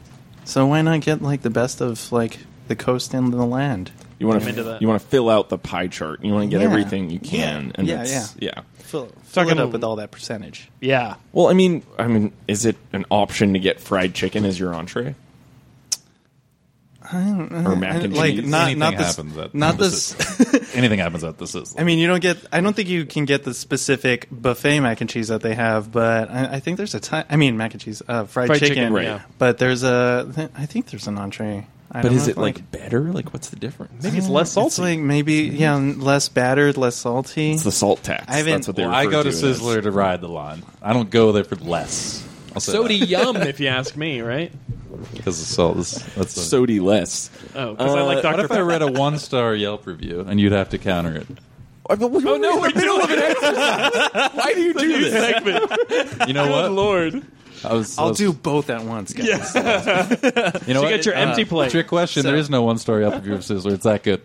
Speaker 5: So why not get like the best of like the coast and the land?
Speaker 2: You want
Speaker 3: into that.
Speaker 2: to you want to fill out the pie chart. You want to get
Speaker 5: Yeah.
Speaker 2: everything you can.
Speaker 5: Yeah.
Speaker 2: And
Speaker 5: Yeah,
Speaker 2: it's- yeah.
Speaker 5: Fill, fill
Speaker 3: Talking
Speaker 5: it up
Speaker 3: a-
Speaker 5: with all that percentage.
Speaker 3: Yeah.
Speaker 2: Well, I mean, I mean, is it an option to get fried chicken as your entree? Or mac and
Speaker 5: Like
Speaker 2: cheese.
Speaker 5: not
Speaker 4: Anything
Speaker 5: not this
Speaker 4: happens at
Speaker 5: not
Speaker 4: the
Speaker 5: this.
Speaker 4: Anything happens at this is.
Speaker 5: I mean, you don't get. I don't think you can get the specific buffet mac and cheese that they have, but I, I think there's a time. I mean, mac and cheese, uh, fried,
Speaker 3: Fried
Speaker 5: chicken,
Speaker 3: chicken,
Speaker 2: right.
Speaker 3: yeah.
Speaker 5: But there's a. th- I think there's an entree. I
Speaker 2: but
Speaker 5: don't
Speaker 2: is it
Speaker 5: know if,
Speaker 2: like, better? Like, what's the difference?
Speaker 3: Maybe it's less salty.
Speaker 5: It's like maybe yeah, less battered, less salty.
Speaker 2: It's the salt tax.
Speaker 5: I haven't-
Speaker 2: That's what they
Speaker 4: Well, I
Speaker 2: refer
Speaker 4: go to
Speaker 2: it as.
Speaker 4: Sizzler to ride the line. I don't go there for less. I'll say
Speaker 3: Sody yum if you ask me, right?
Speaker 4: Because the salt is. That's the-
Speaker 2: Sody less.
Speaker 3: Oh, because I
Speaker 2: Uh,
Speaker 3: like
Speaker 2: what
Speaker 3: Dr.
Speaker 4: What if I read a one star Yelp review and you'd have to counter it?
Speaker 2: oh
Speaker 3: no,
Speaker 2: in the
Speaker 3: we're
Speaker 2: middle of an exercise. Why do you do this?
Speaker 4: You know
Speaker 3: Good
Speaker 4: what?
Speaker 3: lord.
Speaker 4: I was, I
Speaker 5: I'll
Speaker 4: was-
Speaker 5: do both at once, guys.
Speaker 4: You
Speaker 3: You
Speaker 4: know what?
Speaker 3: get your
Speaker 4: Uh,
Speaker 3: empty plate.
Speaker 4: Trick question.
Speaker 5: So-
Speaker 4: there is no one story up of your sizzler. It's that good.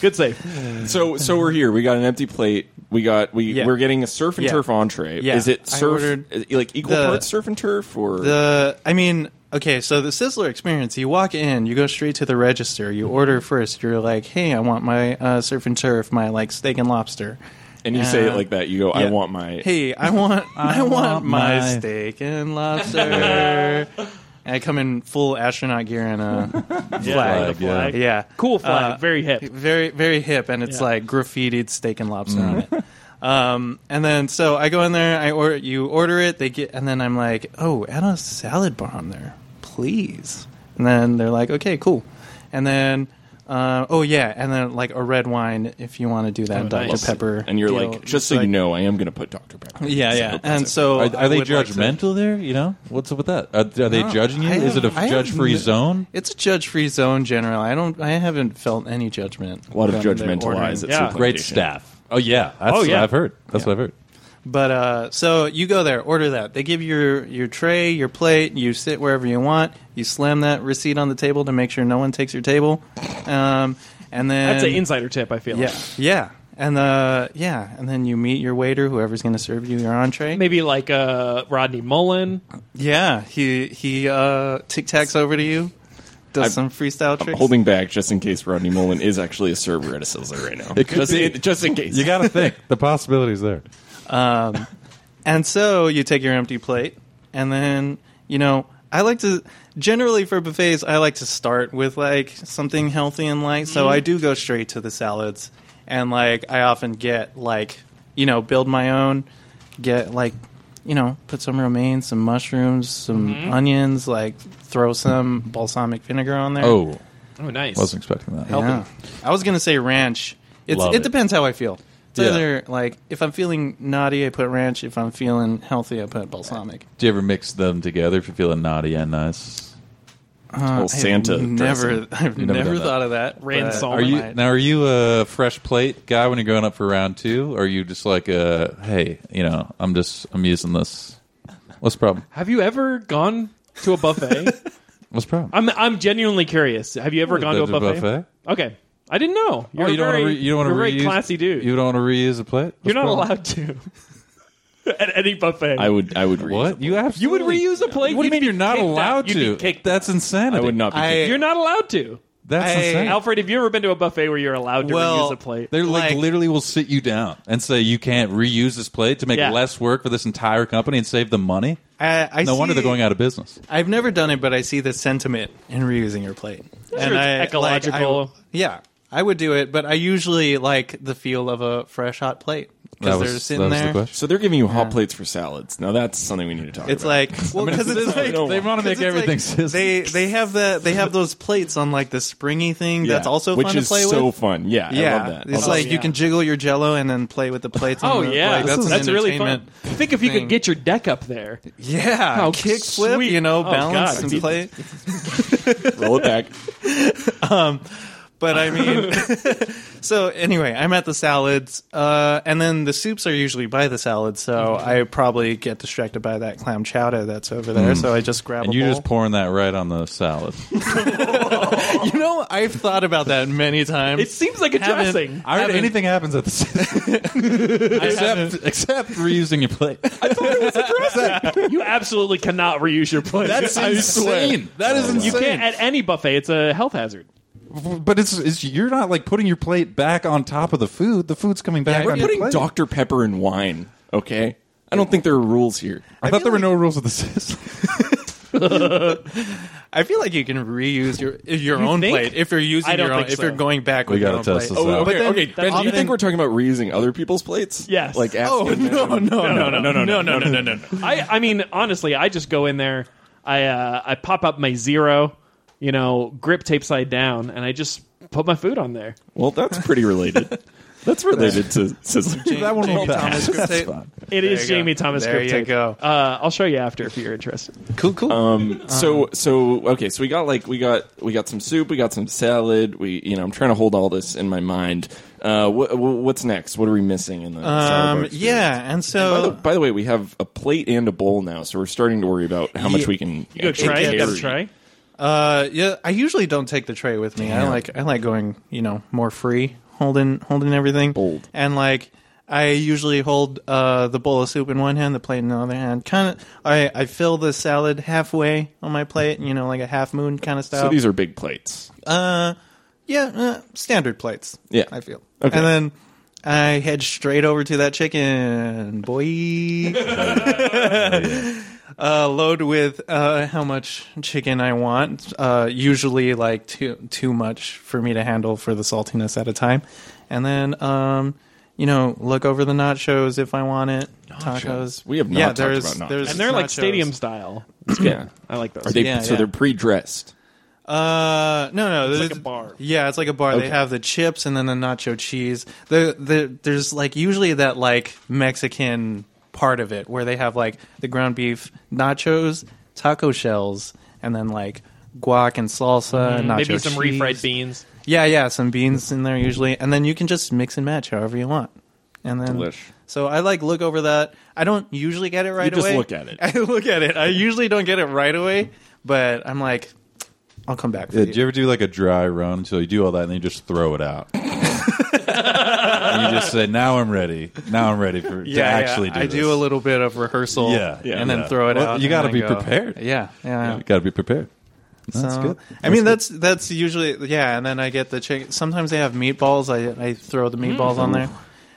Speaker 3: Good save.
Speaker 2: So so we're here. We got an empty plate. We got we
Speaker 5: Yeah.
Speaker 2: we're getting a surf and
Speaker 5: Yeah.
Speaker 2: turf entree.
Speaker 5: Yeah.
Speaker 2: Is it
Speaker 5: I
Speaker 2: surf
Speaker 5: ordered
Speaker 2: is it like equal
Speaker 5: the-
Speaker 2: parts surf and turf or
Speaker 5: The I mean, okay, so the Sizzler experience, you walk in, you go straight to the register, you order first, you're like, "Hey, I want my uh, surf and turf, my like steak and lobster."
Speaker 2: and you say it
Speaker 5: uh,
Speaker 2: like that. You go, I
Speaker 5: Yeah.
Speaker 2: want my
Speaker 5: Hey, I want I, want,
Speaker 4: want
Speaker 5: my,
Speaker 4: my-
Speaker 5: steak and lobster. and I come in full astronaut gear and a flag.
Speaker 4: Flag, yeah.
Speaker 5: Yeah.
Speaker 3: Cool flag.
Speaker 5: Uh,
Speaker 3: very hip.
Speaker 5: Very very hip and it's
Speaker 3: Yeah.
Speaker 5: like graffitied steak and lobster on it. Um, and then so I go in there, I order you order it, they get and then I'm like, "Oh, add a salad bar on there, please." And then they're like, "Okay, cool." And then uh, oh yeah, and then like a red wine if you want to do that
Speaker 3: Oh,
Speaker 5: Dr.
Speaker 3: nice.
Speaker 5: Pepper.
Speaker 2: and you're
Speaker 5: deal.
Speaker 2: like, just
Speaker 5: It's
Speaker 2: so you
Speaker 5: like-
Speaker 2: know, I am gonna put Dr. Pepper.
Speaker 5: Yeah, yeah. And so
Speaker 4: Are,
Speaker 5: I
Speaker 4: are they
Speaker 5: would like to-
Speaker 4: judgmental there? You know what's up with that? Are, are they judging you?
Speaker 5: I
Speaker 4: Is it a
Speaker 5: have- I have
Speaker 4: judge-free
Speaker 5: n-
Speaker 4: zone?
Speaker 5: It's a judge-free zone, general. I don't. I haven't felt any judgment.
Speaker 2: A lot of
Speaker 5: from their
Speaker 2: judgmental
Speaker 5: ordering.
Speaker 2: eyes at
Speaker 3: Yeah.
Speaker 2: Soup
Speaker 4: Great
Speaker 2: Plantation.
Speaker 4: staff. Oh yeah, that's
Speaker 3: Oh,
Speaker 4: what
Speaker 3: yeah.
Speaker 4: I've heard. That's what I've heard.
Speaker 5: But uh, so you go there, order that. They give you your your tray, your plate. You sit wherever you want. You slam that receipt on the table to make sure no one takes your table. Um, and then
Speaker 3: That's an insider tip, I feel.
Speaker 5: Yeah, yeah, and uh, yeah, and then you meet your waiter, whoever's going to serve you your entree.
Speaker 3: Maybe like uh, Rodney Mullen.
Speaker 5: Yeah, he he uh, tic tacs over to you, does
Speaker 2: I'm-
Speaker 5: some freestyle
Speaker 2: I'm
Speaker 5: tricks.
Speaker 2: holding back just in case Rodney Mullen is actually a server at a sizzler right now.
Speaker 4: could
Speaker 2: just,
Speaker 4: be.
Speaker 2: in, just in case.
Speaker 4: You got to think. the possibilities there.
Speaker 5: Um, and so you take your empty plate, and then you know I like to generally for buffets I like to start with like something healthy and light. So I do go straight to the salads, and like I often get like you know build my own, get like you know put some romaine, some mushrooms, some onions, like throw some balsamic vinegar on there.
Speaker 4: Oh,
Speaker 3: Oh, nice.
Speaker 4: wasn't expecting that.
Speaker 5: Yeah. I was gonna say ranch. It's,
Speaker 4: Love
Speaker 5: it,
Speaker 4: it.
Speaker 5: depends how I feel. It's
Speaker 4: Yeah.
Speaker 5: either like if I'm feeling naughty, I put ranch. If I'm feeling healthy, I put balsamic.
Speaker 4: Do you ever mix them together if you're feeling naughty and nice?
Speaker 2: Old Santa.
Speaker 5: I've
Speaker 2: dressing.
Speaker 5: Uh, never, I've
Speaker 4: never
Speaker 5: never,
Speaker 4: done that.
Speaker 5: thought of that.
Speaker 3: Ransom.
Speaker 5: but-
Speaker 4: Are you
Speaker 5: Right.
Speaker 4: now? Are you a fresh plate guy when you're going up for round two? Or are you just like a hey? You know, I'm just I'm using this. What's the problem?
Speaker 3: Have you ever gone to a buffet?
Speaker 4: What's the problem?
Speaker 3: I'm I'm genuinely curious. Have you ever gone to a
Speaker 4: there's a
Speaker 3: buffet?
Speaker 4: buffet.
Speaker 3: Okay, I didn't know. You're
Speaker 4: Oh, you don't
Speaker 3: very,
Speaker 4: want to. Re- you don't want to
Speaker 3: you're a
Speaker 4: reuse.
Speaker 3: very classy dude.
Speaker 4: You
Speaker 3: You
Speaker 4: don't want to reuse a
Speaker 3: are
Speaker 4: plate. What's
Speaker 3: not
Speaker 4: the problem?
Speaker 3: allowed to at any buffet.
Speaker 2: I would I would reuse
Speaker 4: What
Speaker 2: it.
Speaker 4: you absolutely?
Speaker 3: you would reuse a plate.
Speaker 4: What do
Speaker 3: You'd
Speaker 4: you mean
Speaker 3: be
Speaker 4: you're not
Speaker 3: kicked out.
Speaker 4: allowed
Speaker 3: You'd
Speaker 4: to?
Speaker 3: Be kicked
Speaker 4: That's insanity.
Speaker 2: I would not be
Speaker 5: I-
Speaker 2: kicking-
Speaker 3: You're not allowed to.
Speaker 4: That's
Speaker 5: I-
Speaker 4: insane.
Speaker 3: Alfred, have you ever been to a buffet where you're allowed to
Speaker 5: Well,
Speaker 3: reuse a plate?
Speaker 4: They like,
Speaker 5: Like-
Speaker 4: literally will sit you down and say you can't reuse this plate to make
Speaker 3: Yeah.
Speaker 4: less work for this entire company and save them money.
Speaker 5: I, I
Speaker 4: No wonder
Speaker 5: see-
Speaker 4: they're going out of business.
Speaker 5: I've never done it, but I see the sentiment in reusing your plate.
Speaker 3: it's
Speaker 5: I, like,
Speaker 3: ecological.
Speaker 5: I- yeah, I would do it, but I usually like the feel of a fresh hot plate
Speaker 4: That was,
Speaker 5: because they're
Speaker 4: that
Speaker 5: sitting
Speaker 4: was the
Speaker 5: there.
Speaker 4: question.
Speaker 2: So they're giving you hot plates for salads. Now that's something we need to talk
Speaker 5: It's
Speaker 2: about.
Speaker 5: like well, because it's like
Speaker 2: no,
Speaker 4: They want to
Speaker 5: 'Cause
Speaker 4: make
Speaker 5: it's
Speaker 4: everything
Speaker 5: like, They they have the they have those plates on like the springy thing that's also
Speaker 2: which
Speaker 5: fun
Speaker 2: is
Speaker 5: to play
Speaker 2: so
Speaker 5: with.
Speaker 2: fun. Yeah,
Speaker 5: yeah,
Speaker 2: I love that.
Speaker 5: it's
Speaker 2: Although-
Speaker 5: like
Speaker 3: yeah.
Speaker 5: you can jiggle your jello and then play with the plates.
Speaker 3: Oh
Speaker 5: on the,
Speaker 3: yeah,
Speaker 5: like, that's,
Speaker 3: that's,
Speaker 5: an
Speaker 3: really fun.
Speaker 5: entertainment
Speaker 3: Think if you
Speaker 5: thing.
Speaker 3: could get your deck up there.
Speaker 5: Yeah,
Speaker 3: How
Speaker 5: kick flip,
Speaker 3: sweet.
Speaker 5: you know,
Speaker 3: Oh,
Speaker 5: balance
Speaker 3: God.
Speaker 5: and play.
Speaker 2: roll it back.
Speaker 5: But I mean, so anyway, I'm at the salads, uh, and then the soups are usually by the salad, so
Speaker 3: Mm-hmm.
Speaker 5: I probably get distracted by that clam chowder that's over there. So I just grab
Speaker 4: Mm. And
Speaker 5: a
Speaker 4: you're
Speaker 5: bowl.
Speaker 4: just pouring that right on the salad.
Speaker 5: you know, I've thought about that many times.
Speaker 3: It seems like a
Speaker 5: Haven't-
Speaker 3: dressing.
Speaker 4: I heard
Speaker 5: Haven't-
Speaker 4: anything happens at the except except reusing your plate.
Speaker 3: You absolutely cannot reuse your plate.
Speaker 4: That's insane. That is insane.
Speaker 3: you can't at any buffet. It's a health hazard.
Speaker 4: but it's, it's you're not like putting your plate back on top of the food. The food's coming back.
Speaker 2: We're
Speaker 4: on your
Speaker 2: putting
Speaker 4: plate.
Speaker 2: Dr. Pepper in wine, okay? I don't think there are rules here.
Speaker 4: I, thought there were no rules with the system.
Speaker 5: I feel like you can reuse your your own
Speaker 3: think?
Speaker 5: plate if you're using
Speaker 3: I don't
Speaker 5: your own.
Speaker 3: think
Speaker 5: If
Speaker 3: so. Oh,
Speaker 5: you're going back,
Speaker 4: We
Speaker 5: with your
Speaker 4: gotta
Speaker 5: own
Speaker 4: test
Speaker 5: plate.
Speaker 4: this out.
Speaker 5: but
Speaker 2: okay,
Speaker 5: then-
Speaker 2: okay. Ben, do you
Speaker 5: often-
Speaker 2: think we're talking about reusing other people's plates?
Speaker 3: Yes.
Speaker 2: Like
Speaker 5: Oh
Speaker 2: asking
Speaker 5: no no no no no no no no no!
Speaker 3: I, I mean, honestly, I just go in there. I uh, I pop up my zero, you know, grip tape side down, and I just put my food on there.
Speaker 2: Well, that's pretty related. That's related to Sizzler.
Speaker 4: That one
Speaker 5: Jamie
Speaker 4: will
Speaker 5: Thomas
Speaker 4: pass.
Speaker 5: script
Speaker 4: That's
Speaker 5: tape.
Speaker 4: fine.
Speaker 3: It
Speaker 5: There
Speaker 3: is
Speaker 5: you go.
Speaker 3: Jamie Thomas
Speaker 5: There
Speaker 3: script
Speaker 5: you
Speaker 3: tape.
Speaker 5: go.
Speaker 3: Uh, I'll show you after if you're interested.
Speaker 5: Cool, cool.
Speaker 2: so so okay so we got like we got we got some soup we got some salad we you know i'm trying to hold all this in my mind uh wh- wh- what's next what are we missing in the salad bar
Speaker 5: um,
Speaker 2: experience?
Speaker 5: yeah, and
Speaker 2: by the,
Speaker 5: so
Speaker 2: by the way we have a plate and a bowl now so we're starting to worry about how much we can
Speaker 3: You go
Speaker 2: actually
Speaker 3: try. You got
Speaker 2: carry.
Speaker 3: a try.
Speaker 5: uh, yeah, I usually don't take the tray with me. I like I like going, you know, more free, holding holding everything.
Speaker 2: Bold.
Speaker 5: And like I usually hold uh, the bowl of soup in one hand, the plate in the other hand. Kind of, I, I fill the salad halfway on my plate, you know, like a half moon kind of style.
Speaker 2: so these are big plates
Speaker 5: Uh, yeah, uh, standard plates.
Speaker 2: Yeah.
Speaker 5: I feel.
Speaker 2: Okay.
Speaker 5: And then I head straight over to that chicken, boy. uh, load with uh, how much chicken I want. Uh, usually, like too too much for me to handle for the saltiness at a time. And then, um, you know, look over the nachos if I want it. Tacos.
Speaker 2: We have not
Speaker 5: yeah,
Speaker 2: talked
Speaker 5: there's,
Speaker 2: about nachos.
Speaker 5: There's
Speaker 3: And they're like
Speaker 5: nachos.
Speaker 3: stadium style.
Speaker 2: yeah
Speaker 3: I like those.
Speaker 2: are they
Speaker 5: Yeah,
Speaker 2: so
Speaker 5: yeah.
Speaker 2: they're pre-dressed
Speaker 5: Uh, no, no,
Speaker 3: like
Speaker 5: there's-
Speaker 3: a bar.
Speaker 5: Yeah, it's like a bar.
Speaker 2: Okay.
Speaker 5: They have the chips and then the nacho cheese. The the there's like usually that like Mexican part of it where they have like the ground beef, nachos, taco shells, and then like guac and salsa, and nacho
Speaker 3: Mm-hmm. Maybe some
Speaker 5: cheese.
Speaker 3: refried beans.
Speaker 5: Yeah, yeah, some beans in there usually, and then you can just mix and match however you want. And then,
Speaker 2: Delish.
Speaker 5: so I like look over that. I don't usually get it right
Speaker 2: just
Speaker 5: away.
Speaker 2: look at it.
Speaker 5: I look at it. I usually don't get it right away, but I'm like, I'll come back. For
Speaker 4: Yeah,
Speaker 5: you.
Speaker 4: do you ever do like a dry run? So you do all that and then you just throw it out. and you just say, "Now I'm ready. Now I'm ready for to actually do
Speaker 5: I
Speaker 4: this."
Speaker 5: do a little bit of rehearsal,
Speaker 4: Yeah, yeah,
Speaker 5: and
Speaker 4: yeah.
Speaker 5: then throw it
Speaker 4: Well,
Speaker 5: out.
Speaker 4: you
Speaker 5: and
Speaker 4: gotta
Speaker 5: then
Speaker 4: be
Speaker 5: go.
Speaker 4: prepared.
Speaker 5: Yeah, yeah.
Speaker 4: You got to be prepared.
Speaker 5: So-
Speaker 4: That's good.
Speaker 5: I mean, that's that's usually yeah. And then I get the chicken. Sometimes they have meatballs. I I throw the
Speaker 3: Mm.
Speaker 5: meatballs on there,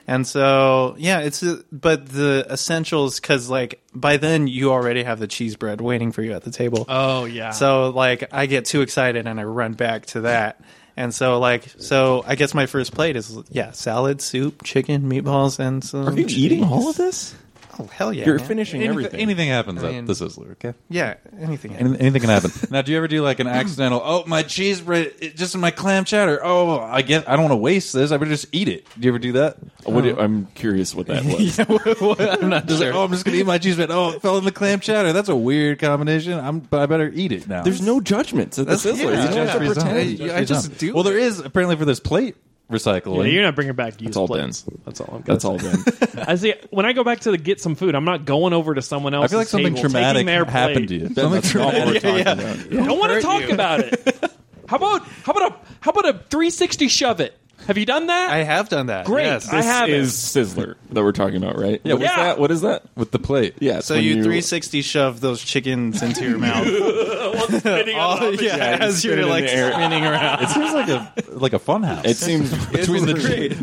Speaker 5: and so yeah, it's uh, but the essentials because like by then you already have the cheese bread waiting for you at the table.
Speaker 3: Oh yeah.
Speaker 5: So like I get too excited and I run back to that. And so like so I guess my first plate is yeah salad soup chicken meatballs and some
Speaker 2: are you eating all of this
Speaker 5: oh hell yeah
Speaker 2: you're
Speaker 5: man.
Speaker 2: finishing
Speaker 4: anything,
Speaker 2: everything
Speaker 4: anything happens
Speaker 5: I
Speaker 4: at
Speaker 5: mean-
Speaker 4: the Sizzler. Okay.
Speaker 5: yeah anything
Speaker 4: Anything, anything can happen. now, do you ever do like an accidental? Oh, my cheese bread, it- just in my clam chowder. Oh, I get. I don't want to waste this. I better just eat it. Do you ever do that?
Speaker 2: Oh, What do-
Speaker 3: uh,
Speaker 2: i'm curious what that was
Speaker 5: I'm not
Speaker 4: Just like,
Speaker 5: sure.
Speaker 4: oh, I'm just gonna eat my cheese bread. Oh, it fell in the clam chowder. That's a weird combination. I'm, but I better eat it now.
Speaker 2: there's no judgments at the
Speaker 5: That's-
Speaker 2: sizzler
Speaker 5: yeah,
Speaker 2: you don't
Speaker 5: yeah.
Speaker 2: have to pretend
Speaker 5: Hey, I just do
Speaker 4: Well, there
Speaker 5: it.
Speaker 4: is apparently for this plate recycling.
Speaker 3: Yeah, you're not bringing back used
Speaker 2: all
Speaker 3: plates.
Speaker 2: Ben.
Speaker 3: That's all. I'm gonna
Speaker 2: that's
Speaker 3: say.
Speaker 2: all then
Speaker 3: I see. When I go back to the get some food, I'm not going over to someone
Speaker 4: I
Speaker 3: else's.
Speaker 4: feel like something
Speaker 3: table,
Speaker 4: traumatic
Speaker 3: taking their plate.
Speaker 4: happened to you.
Speaker 2: Ben,
Speaker 4: Something
Speaker 2: that's not what we're
Speaker 4: traumatic.
Speaker 2: talking
Speaker 5: yeah.
Speaker 2: about.
Speaker 3: Don't want to
Speaker 5: hurt
Speaker 3: talk
Speaker 5: you.
Speaker 3: about it. How about how about a how about a 360 shove it? Have you done that?
Speaker 5: I have done that.
Speaker 3: Great.
Speaker 5: Yes.
Speaker 3: I
Speaker 2: This
Speaker 3: have it.
Speaker 2: is Sizzler that we're talking about, right? Yeah. What is
Speaker 3: Yeah.
Speaker 2: that? What is that?
Speaker 4: with the plate.
Speaker 2: Yeah. it's
Speaker 5: So
Speaker 2: when
Speaker 5: you 360 shove those chickens into your mouth.
Speaker 3: Spitting on
Speaker 4: Oh,
Speaker 5: All-
Speaker 3: top of
Speaker 5: yeah,
Speaker 3: you.
Speaker 5: as
Speaker 2: spin
Speaker 5: you're
Speaker 2: in
Speaker 5: like
Speaker 2: the air.
Speaker 5: spinning around.
Speaker 4: It seems like a like a fun house.
Speaker 2: It seems
Speaker 4: between the,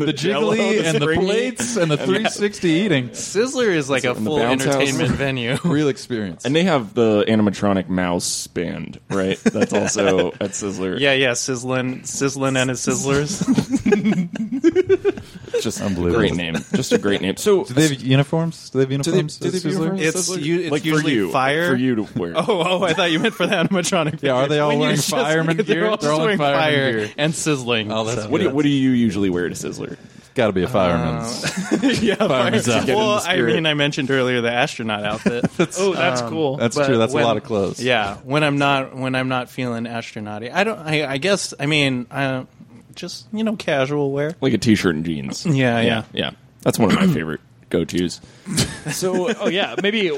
Speaker 4: the
Speaker 2: Jell-O,
Speaker 4: jiggly
Speaker 2: the
Speaker 4: and the
Speaker 2: springy.
Speaker 4: plates and the 360 eating.
Speaker 5: Sizzler is like a
Speaker 2: in the
Speaker 5: full
Speaker 2: bounce house.
Speaker 5: entertainment venue.
Speaker 4: Real experience.
Speaker 2: and they have the animatronic mouse band, right? That's also at Sizzler.
Speaker 5: Yeah, yeah, Sizzlin, Sizzlin and his Sizzlers.
Speaker 2: Just
Speaker 4: Unbelievable.
Speaker 2: Great name. Just a great name. So
Speaker 4: do they have uniforms? Do they have uniforms?
Speaker 2: do they have
Speaker 4: Sizzler?
Speaker 2: uniforms?
Speaker 5: It's, u- it's
Speaker 2: like for
Speaker 5: usually
Speaker 2: you,
Speaker 5: fire.
Speaker 2: for you to wear.
Speaker 5: Oh, oh, I thought you meant for the animatronic.
Speaker 4: Yeah, are they all
Speaker 5: When you
Speaker 4: wearing
Speaker 5: just-
Speaker 4: fireman gear?
Speaker 5: They're all,
Speaker 4: They're all in
Speaker 5: wearing
Speaker 4: fireman
Speaker 5: fire
Speaker 4: gear.
Speaker 5: and sizzling.
Speaker 4: Oh, that's
Speaker 5: so.
Speaker 2: What do you, what do you usually wear to Sizzler?
Speaker 4: Got to be a fireman.
Speaker 5: yeah,
Speaker 4: fireman's
Speaker 5: fire-
Speaker 4: out.
Speaker 2: Get in the
Speaker 5: Well, I
Speaker 2: spirit.
Speaker 5: mean, I mentioned earlier the astronaut outfit.
Speaker 3: Oh, that's cool.
Speaker 4: Um, That's
Speaker 5: But
Speaker 4: true. That's
Speaker 5: when-
Speaker 4: a lot of clothes.
Speaker 5: Yeah, when I'm not when I'm not feeling astronauty, I don't. I, I guess I mean, I, just you know, casual wear.
Speaker 2: Like a t-shirt and jeans.
Speaker 5: Yeah,
Speaker 2: yeah,
Speaker 5: yeah.
Speaker 2: yeah. That's one of my favorite go-to's. So
Speaker 3: oh yeah, maybe.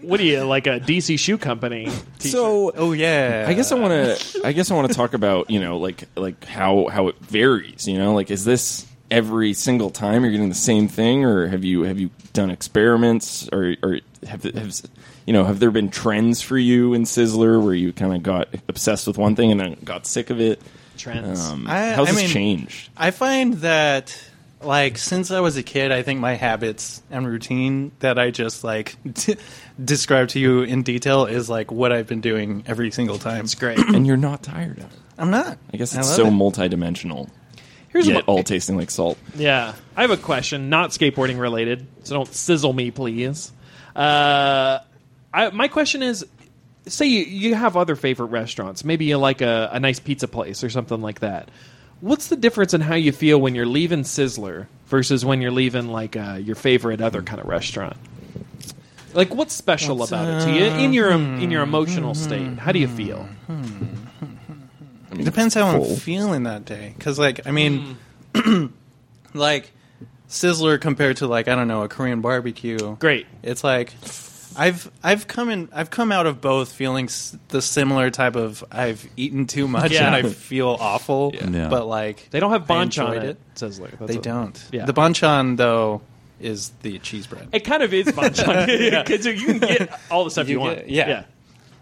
Speaker 3: What do you like a DC shoe company? t-shirt?
Speaker 2: so
Speaker 5: Oh yeah.
Speaker 2: I guess I want
Speaker 5: Uh,
Speaker 2: to. I guess I want to talk about you know like like how how it varies. You know, like is this every single time you're getting the same thing, or have you have you done experiments, or or have have you know have there been trends for you in Sizzler where you kind of got obsessed with one thing and then got sick of it?
Speaker 3: trends.
Speaker 4: Oh.
Speaker 2: Um,
Speaker 5: I-
Speaker 2: how's
Speaker 5: I
Speaker 2: this
Speaker 5: mean-
Speaker 2: changed?
Speaker 5: I find that like since I was a kid, I think my habits and routine that I just like described to you in detail is like what I've been doing every single time.
Speaker 3: it's great.
Speaker 2: And you're not tired of it.
Speaker 5: I'm not.
Speaker 2: I guess
Speaker 5: love
Speaker 2: it's so
Speaker 5: it.
Speaker 2: multidimensional.
Speaker 3: Here's
Speaker 2: Yet
Speaker 3: what-
Speaker 2: all tasting like salt.
Speaker 3: Yeah. I have a question, not skateboarding related, so don't sizzle me, please. Uh, I, my question is say you, you have other favorite restaurants. Maybe you like a, a nice pizza place or something like that. what's the difference in how you feel when you're leaving Sizzler versus when you're leaving like uh, your favorite other kind of restaurant? Like what's special about it to you in your in
Speaker 5: um,
Speaker 3: your emotional state? How do you
Speaker 5: hmm.
Speaker 3: feel?
Speaker 5: It depends how I'm
Speaker 2: full.
Speaker 5: feeling that day. Because, like, I mean,
Speaker 4: Mm.
Speaker 5: like, Sizzler compared to, like, I don't know, a Korean barbecue.
Speaker 3: Great.
Speaker 5: It's like. I've I've come in I've come out of both feeling s- the similar type of I've eaten too much
Speaker 3: Yeah.
Speaker 5: and I feel awful,
Speaker 4: Yeah.
Speaker 5: but like
Speaker 3: They don't have
Speaker 5: I
Speaker 3: banchan
Speaker 5: enjoyed
Speaker 3: in it. Sizzler. That's
Speaker 5: They
Speaker 3: what-
Speaker 5: don't.
Speaker 3: Yeah.
Speaker 5: The banchan though is the cheese bread.
Speaker 3: It kind of is banchan because you can get all the stuff you,
Speaker 5: You
Speaker 3: want.
Speaker 5: get- yeah.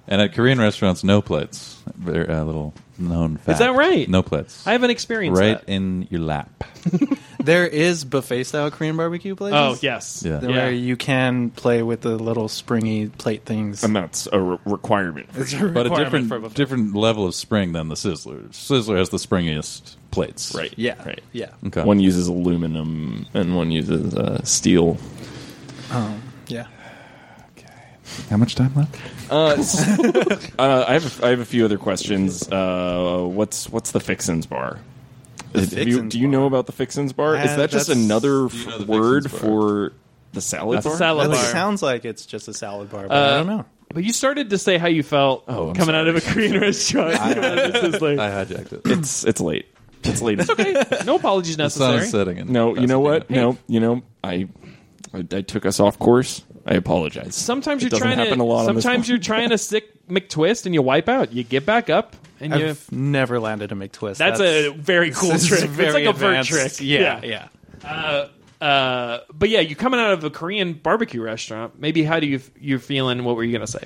Speaker 4: And at Korean restaurants, no plates. They're a little known fact.
Speaker 3: that right?
Speaker 4: No plates.
Speaker 3: I haven't experienced
Speaker 4: right
Speaker 3: that.
Speaker 4: in your lap.
Speaker 5: There is buffet style Korean barbecue places.
Speaker 3: Oh yes.
Speaker 4: Yeah.
Speaker 5: Where you can play with the little springy plate things.
Speaker 2: and that's a re- requirement.
Speaker 4: but a
Speaker 5: requirement
Speaker 4: different
Speaker 5: for a buffet.
Speaker 4: different level of spring than the Sizzler. Sizzler has the springiest plates.
Speaker 2: Right.
Speaker 5: Yeah.
Speaker 2: Right.
Speaker 5: Yeah.
Speaker 4: Okay.
Speaker 2: One uses aluminum and one uses uh, steel.
Speaker 5: Yeah.
Speaker 4: How much time left?
Speaker 2: Uh, s- uh, I have I have a few other questions. Uh, what's what's the Fixins bar? Is- have you-
Speaker 5: Fixins
Speaker 2: do you know about the Fixins bar? Is
Speaker 5: Uh,
Speaker 2: that just
Speaker 5: that's-
Speaker 2: another
Speaker 4: you know
Speaker 2: f-
Speaker 4: the
Speaker 2: word
Speaker 4: Fixins bar?
Speaker 2: for the salad
Speaker 3: That's a
Speaker 2: bar?
Speaker 3: salad
Speaker 5: That
Speaker 3: bar.
Speaker 5: sounds like it's just a salad bar, but
Speaker 3: Uh,
Speaker 5: I don't know.
Speaker 3: But you started to say how you felt
Speaker 2: Oh, I'm
Speaker 3: coming out of a Korean restaurant. This is like-
Speaker 4: I hijacked it.
Speaker 2: It's it's late. It's late.
Speaker 3: no apologies
Speaker 4: The sun
Speaker 3: necessary.
Speaker 4: is setting. and
Speaker 2: No, you know what?
Speaker 4: fascinating.
Speaker 2: No, you know I, I I took us off course. I apologize.
Speaker 3: Sometimes
Speaker 2: It
Speaker 3: you're
Speaker 2: doesn't
Speaker 3: trying to.
Speaker 2: happen a lot on this
Speaker 3: sometimes
Speaker 2: one.
Speaker 3: you're trying to stick McTwist and you wipe out. You get back up and you.
Speaker 5: I've never landed a McTwist.
Speaker 3: that's, a very cool
Speaker 5: this is
Speaker 3: trick.
Speaker 5: very
Speaker 3: it's like a vert
Speaker 5: advanced.
Speaker 3: trick.
Speaker 5: Yeah, yeah.
Speaker 3: Uh, but yeah, you coming out of a Korean barbecue restaurant. Maybe how do you you're feeling? What were you gonna say?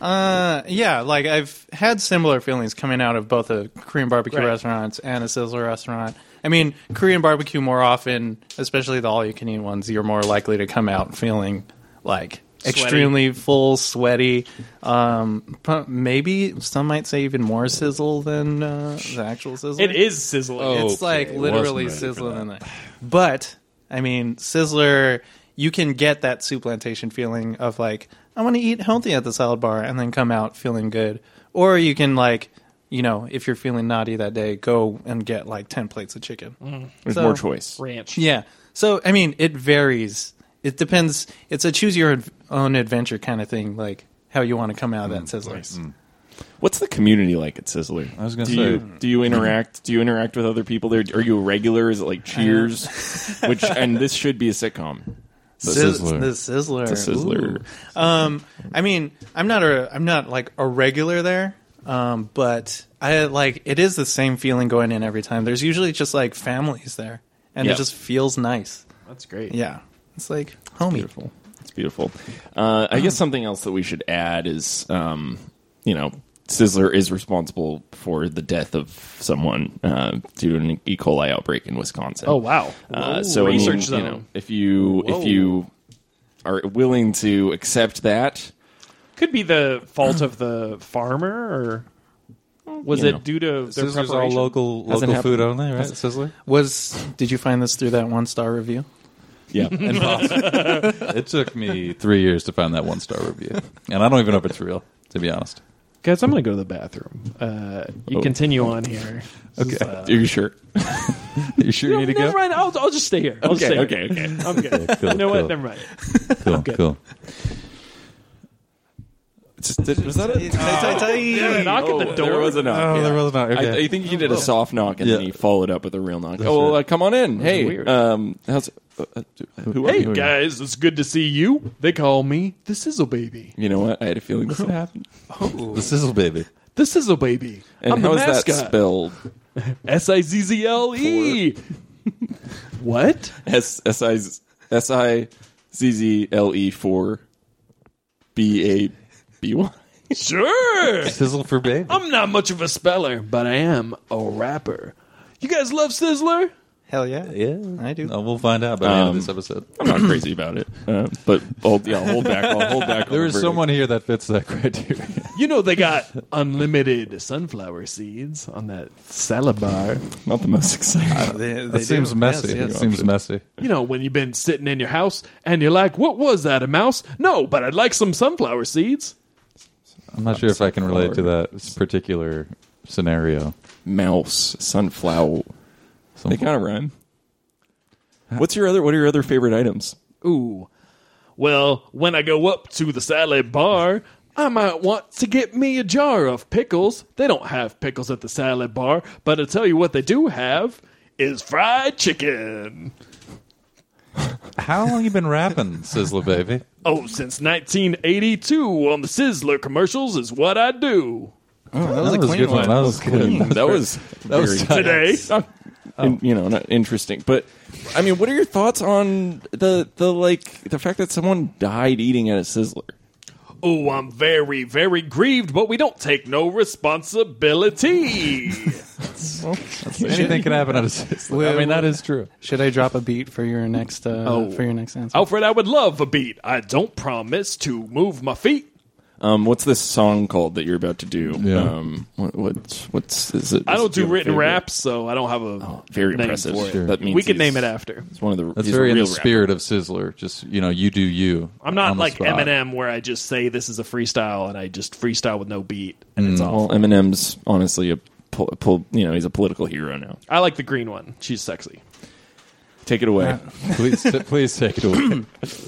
Speaker 5: Uh, yeah, like I've had similar feelings coming out of both a Korean barbecue
Speaker 3: Right.
Speaker 5: restaurant and a Sizzler restaurant. I mean, Korean barbecue more often, especially the all-you-can-eat ones, you're more likely to come out feeling like
Speaker 3: Sweaty.
Speaker 5: extremely full, sweaty. Um, pro- maybe some might say even more sizzle than uh, the actual sizzle.
Speaker 3: It is sizzling.
Speaker 4: Oh.
Speaker 5: It's like
Speaker 4: Okay,
Speaker 5: literally
Speaker 4: wasn't ready for
Speaker 5: sizzling in there. But I mean, Sizzler, you can get that soup plantation feeling of like I want to eat healthy at the salad bar and then come out feeling good, or you can like. You know, if you're feeling naughty that day, go and get like ten plates of chicken.
Speaker 4: Mm-hmm.
Speaker 2: There's
Speaker 5: So-
Speaker 2: more choice.
Speaker 3: ranch.
Speaker 5: Yeah. So I mean, it varies. It depends. It's a choose your own adventure kind of thing, like how you want to come out of
Speaker 4: Mm,
Speaker 5: that sizzler.
Speaker 2: What's the community like at Sizzler? I
Speaker 4: was gonna
Speaker 2: do
Speaker 4: say-
Speaker 2: You, do you interact? Do you interact with other people there? Are you a regular? Is it like Cheers? Which and this should be a sitcom.
Speaker 4: The
Speaker 5: Sizz-
Speaker 4: Sizzler.
Speaker 5: The sizzler.
Speaker 2: The Sizzler.
Speaker 5: Ooh. Um, I mean, I'm not a, I'm not like a regular there, um, but I like it is the same feeling going in every time. There's usually just like families there, and
Speaker 2: Yeah.
Speaker 5: it just feels nice.
Speaker 3: That's great.
Speaker 5: Yeah, it's like homey.
Speaker 2: Beautiful. It's beautiful. Uh, I guess something else that we should add is, um, you know, Sizzler is responsible for the death of someone uh, due to an E. coli outbreak in Wisconsin.
Speaker 3: Oh wow.
Speaker 2: Uh,
Speaker 3: Whoa.
Speaker 2: so I mean,
Speaker 3: research
Speaker 2: you
Speaker 3: zone.
Speaker 2: know, if you if you are willing to accept that,
Speaker 3: Could be the fault of the farmer, or was
Speaker 2: You
Speaker 3: it
Speaker 2: know.
Speaker 3: due to their
Speaker 4: Sizzler's all
Speaker 3: preparation?
Speaker 4: local
Speaker 2: Hasn't
Speaker 4: local food
Speaker 2: happened.
Speaker 4: only, right? Sizzler.
Speaker 5: Was did you find this through that one star review?
Speaker 2: yeah,
Speaker 4: it took me three years to find that one star review, and I don't even know if it's real, to be honest.
Speaker 3: Guys, I'm gonna go to the bathroom. Uh, you
Speaker 2: Oh.
Speaker 3: continue on here.
Speaker 4: Okay,
Speaker 5: uh,
Speaker 2: are you sure?
Speaker 4: you sure you
Speaker 3: No,
Speaker 4: need to
Speaker 3: never
Speaker 4: go?
Speaker 3: mind. I'll, I'll just stay here. I'll just
Speaker 2: Okay,
Speaker 3: stay
Speaker 2: okay,
Speaker 3: Here.
Speaker 2: okay.
Speaker 3: I'm good.
Speaker 4: cool,
Speaker 3: you know
Speaker 4: cool.
Speaker 3: what? Never mind.
Speaker 4: Cool, cool.
Speaker 2: was that it?
Speaker 3: Knock at the
Speaker 2: Oh, There
Speaker 3: door.
Speaker 2: was a knock. yeah.
Speaker 4: not.
Speaker 2: I, I think he did a soft knock and then
Speaker 4: Oh. Yeah.
Speaker 2: he followed up with a real knock. oh, well,
Speaker 4: right.
Speaker 2: uh, come on in. Hey,
Speaker 3: weird.
Speaker 2: um, how's uh, uh, who are
Speaker 3: hey
Speaker 2: you?
Speaker 3: guys, it's good to see you. They call me the Sizzle Baby.
Speaker 2: You know what? I had a feeling this would happen.
Speaker 4: The sizzle baby.
Speaker 3: The Sizzle Baby.
Speaker 2: And
Speaker 3: I'm
Speaker 2: how
Speaker 3: the
Speaker 2: is that
Speaker 3: mascot.
Speaker 2: spelled?
Speaker 3: S i z z l e. What?
Speaker 2: S S I S I Z Z L E four B A B Y.
Speaker 3: Sure.
Speaker 4: Sizzle for baby.
Speaker 3: I'm not much of a speller, but I am a rapper. You guys love Sizzler?
Speaker 5: Hell yeah,
Speaker 4: yeah,
Speaker 5: I do.
Speaker 4: Uh, we'll find out by the end
Speaker 2: Um,
Speaker 4: of this episode.
Speaker 2: I'm not crazy about it, uh, but I'll, yeah, I'll hold back. I'll hold back. on
Speaker 4: There
Speaker 2: the
Speaker 4: is
Speaker 2: verdict.
Speaker 4: someone here that fits that criteria.
Speaker 3: You know they got unlimited sunflower seeds on that salad bar.
Speaker 2: not the most exciting.
Speaker 5: They- they do.
Speaker 4: That seems messy.
Speaker 5: Yes, yes.
Speaker 4: It seems messy.
Speaker 3: You know, when you've been sitting in your house and you're like, what was that, a mouse? No, but I'd like some sunflower seeds.
Speaker 4: I'm not sure if I can relate to that particular scenario.
Speaker 2: mouse, sunflower.
Speaker 4: Some-
Speaker 2: They kind of rhyme. What's your other? What are your other favorite items?
Speaker 3: Ooh. Well, when I go up to the salad bar, I might want to get me a jar of pickles. They don't have pickles at the salad bar, but I'll tell you what they do have is fried chicken.
Speaker 4: How long you been rapping, Sizzler baby?
Speaker 3: Oh, since 1982 on the Sizzler commercials is what I do.
Speaker 5: that was a clean
Speaker 4: good
Speaker 5: one.
Speaker 4: That was clean.
Speaker 2: That was
Speaker 4: That was
Speaker 2: very-
Speaker 4: tight.
Speaker 3: Today,
Speaker 4: Oh.
Speaker 2: in- you know not interesting but i mean what are your thoughts on the the like the fact that someone died eating at a sizzler
Speaker 3: oh, I'm very, very grieved, but we don't take no responsibility.
Speaker 4: Anything can happen on a Sizzler. I mean, that is true.
Speaker 5: Should I drop a beat for your next? Uh, for your next answer.
Speaker 3: Alfred, I would love a beat. I don't promise to move my feet.
Speaker 2: um what's this song called that you're about to do
Speaker 4: Yeah.
Speaker 2: um what, what's what's is it
Speaker 3: I don't
Speaker 2: is it
Speaker 3: do
Speaker 2: your
Speaker 3: written
Speaker 2: favorite? Oh,
Speaker 3: raps, so I don't have a
Speaker 2: very
Speaker 3: name
Speaker 2: impressive
Speaker 3: For it.
Speaker 2: that means
Speaker 3: we could
Speaker 2: he's-
Speaker 3: name it after.
Speaker 2: it's one of the
Speaker 4: That's
Speaker 2: he's a
Speaker 4: very in the
Speaker 2: real rapper.
Speaker 4: spirit of Sizzler. Just you know, you do you.
Speaker 3: I'm not
Speaker 4: on the
Speaker 3: like
Speaker 4: spot.
Speaker 3: Eminem, where I just say this is a freestyle and I just freestyle with no beat and it's all.
Speaker 2: well eminem's honestly a pull, pull you know he's a political hero now
Speaker 3: I like the green one. She's sexy.
Speaker 2: take it away
Speaker 4: please, please take it away.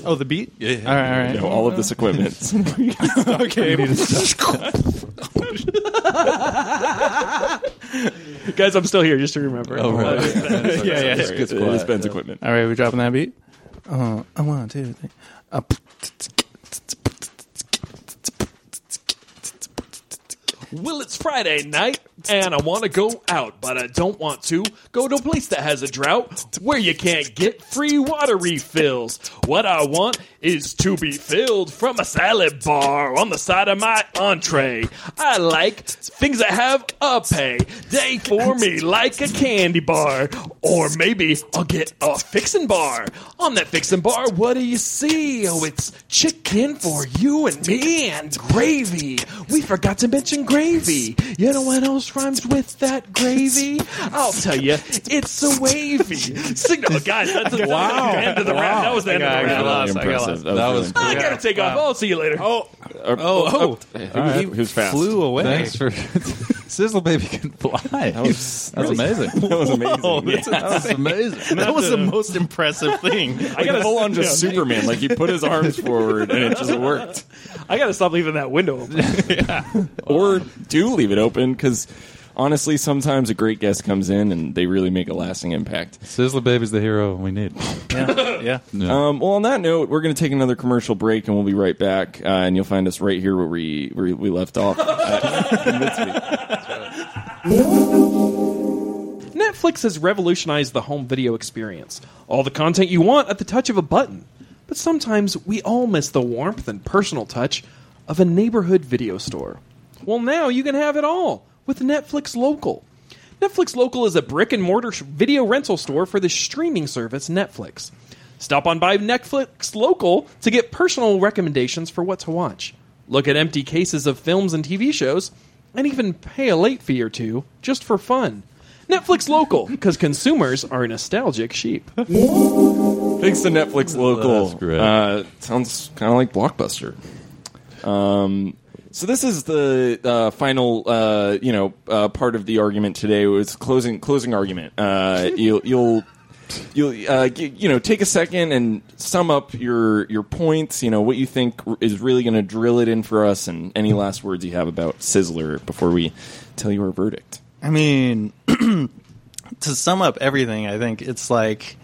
Speaker 5: Oh, the beat. Yeah. All right. All right.
Speaker 2: You know, all of this equipment
Speaker 3: Guys, I'm still here just to remember.
Speaker 4: Oh, right.
Speaker 2: yeah
Speaker 5: yeah.
Speaker 2: it's, it's,
Speaker 4: It's quiet.
Speaker 2: ben's equipment
Speaker 5: All right, we dropping that beat. Uh, uh, one, two, three. Uh,
Speaker 3: Well, it's Friday night and I want to go out, but I don't want to go to a place that has a drought where you can't get free water refills. What I want is to be filled from a salad bar on the side of my entree. I like things that have a pay day for me, like a candy bar, or maybe I'll get a fixin' bar. On that fixin' bar, what do you see? Oh, it's chicken for you and me and gravy. We forgot to mention gravy. You know what else rhymes with that gravy? I'll tell you, it's a wavy. Signal, guys, that's, a, wow. the end of the round. That was the end
Speaker 5: I
Speaker 3: of the
Speaker 5: got
Speaker 3: round.
Speaker 2: Really
Speaker 5: lost, I got
Speaker 2: impressive.
Speaker 5: lost.
Speaker 4: That
Speaker 2: really
Speaker 4: was
Speaker 2: impressive.
Speaker 3: I gotta take off. I'll see you later. Oh,
Speaker 2: Or-
Speaker 5: oh.
Speaker 2: Who was- who was fast?
Speaker 5: flew away.
Speaker 4: Thanks for Sizzle baby can fly. That
Speaker 2: was-
Speaker 4: was, amazing.
Speaker 2: That was amazing.
Speaker 4: That was amazing.
Speaker 5: That was the most impressive thing.
Speaker 2: I got full on just Superman. Like he put his arms forward and it just worked.
Speaker 3: I gotta stop leaving that window open.
Speaker 2: Or do leave it open because honestly, sometimes a great guest comes in and they really make a lasting impact.
Speaker 4: Sizzler baby's the hero we need.
Speaker 5: yeah.
Speaker 2: Um, well, on that note, we're going to take another commercial break and we'll be right back. Uh, and you'll find us right here where we where we left off.
Speaker 3: Netflix has revolutionized the home video experience. All the content you want at the touch of a button. But sometimes we all miss the warmth and personal touch of a neighborhood video store. Well, now you can have it all with Netflix Local. Netflix Local is a brick and mortar sh- video rental store for the streaming service Netflix. Stop on by Netflix Local to get personal recommendations for what to watch. Look at empty cases of films and TV shows, and even pay a late fee or two just for fun. Netflix local, because consumers are nostalgic sheep.
Speaker 2: Thanks to
Speaker 5: Oh,
Speaker 2: Netflix local.
Speaker 4: That's great.
Speaker 2: Uh, sounds kind of like Blockbuster. Um, so this is the uh, final, uh, you know, uh, part of the argument today. was closing closing argument. Uh, you'll you'll you'll uh, g- you know take a second and sum up your your points. You know what you think r- is really going to drill it in for us, and any last words you have about Sizzler before we tell you our verdict.
Speaker 5: I mean, to sum up everything, I think it's like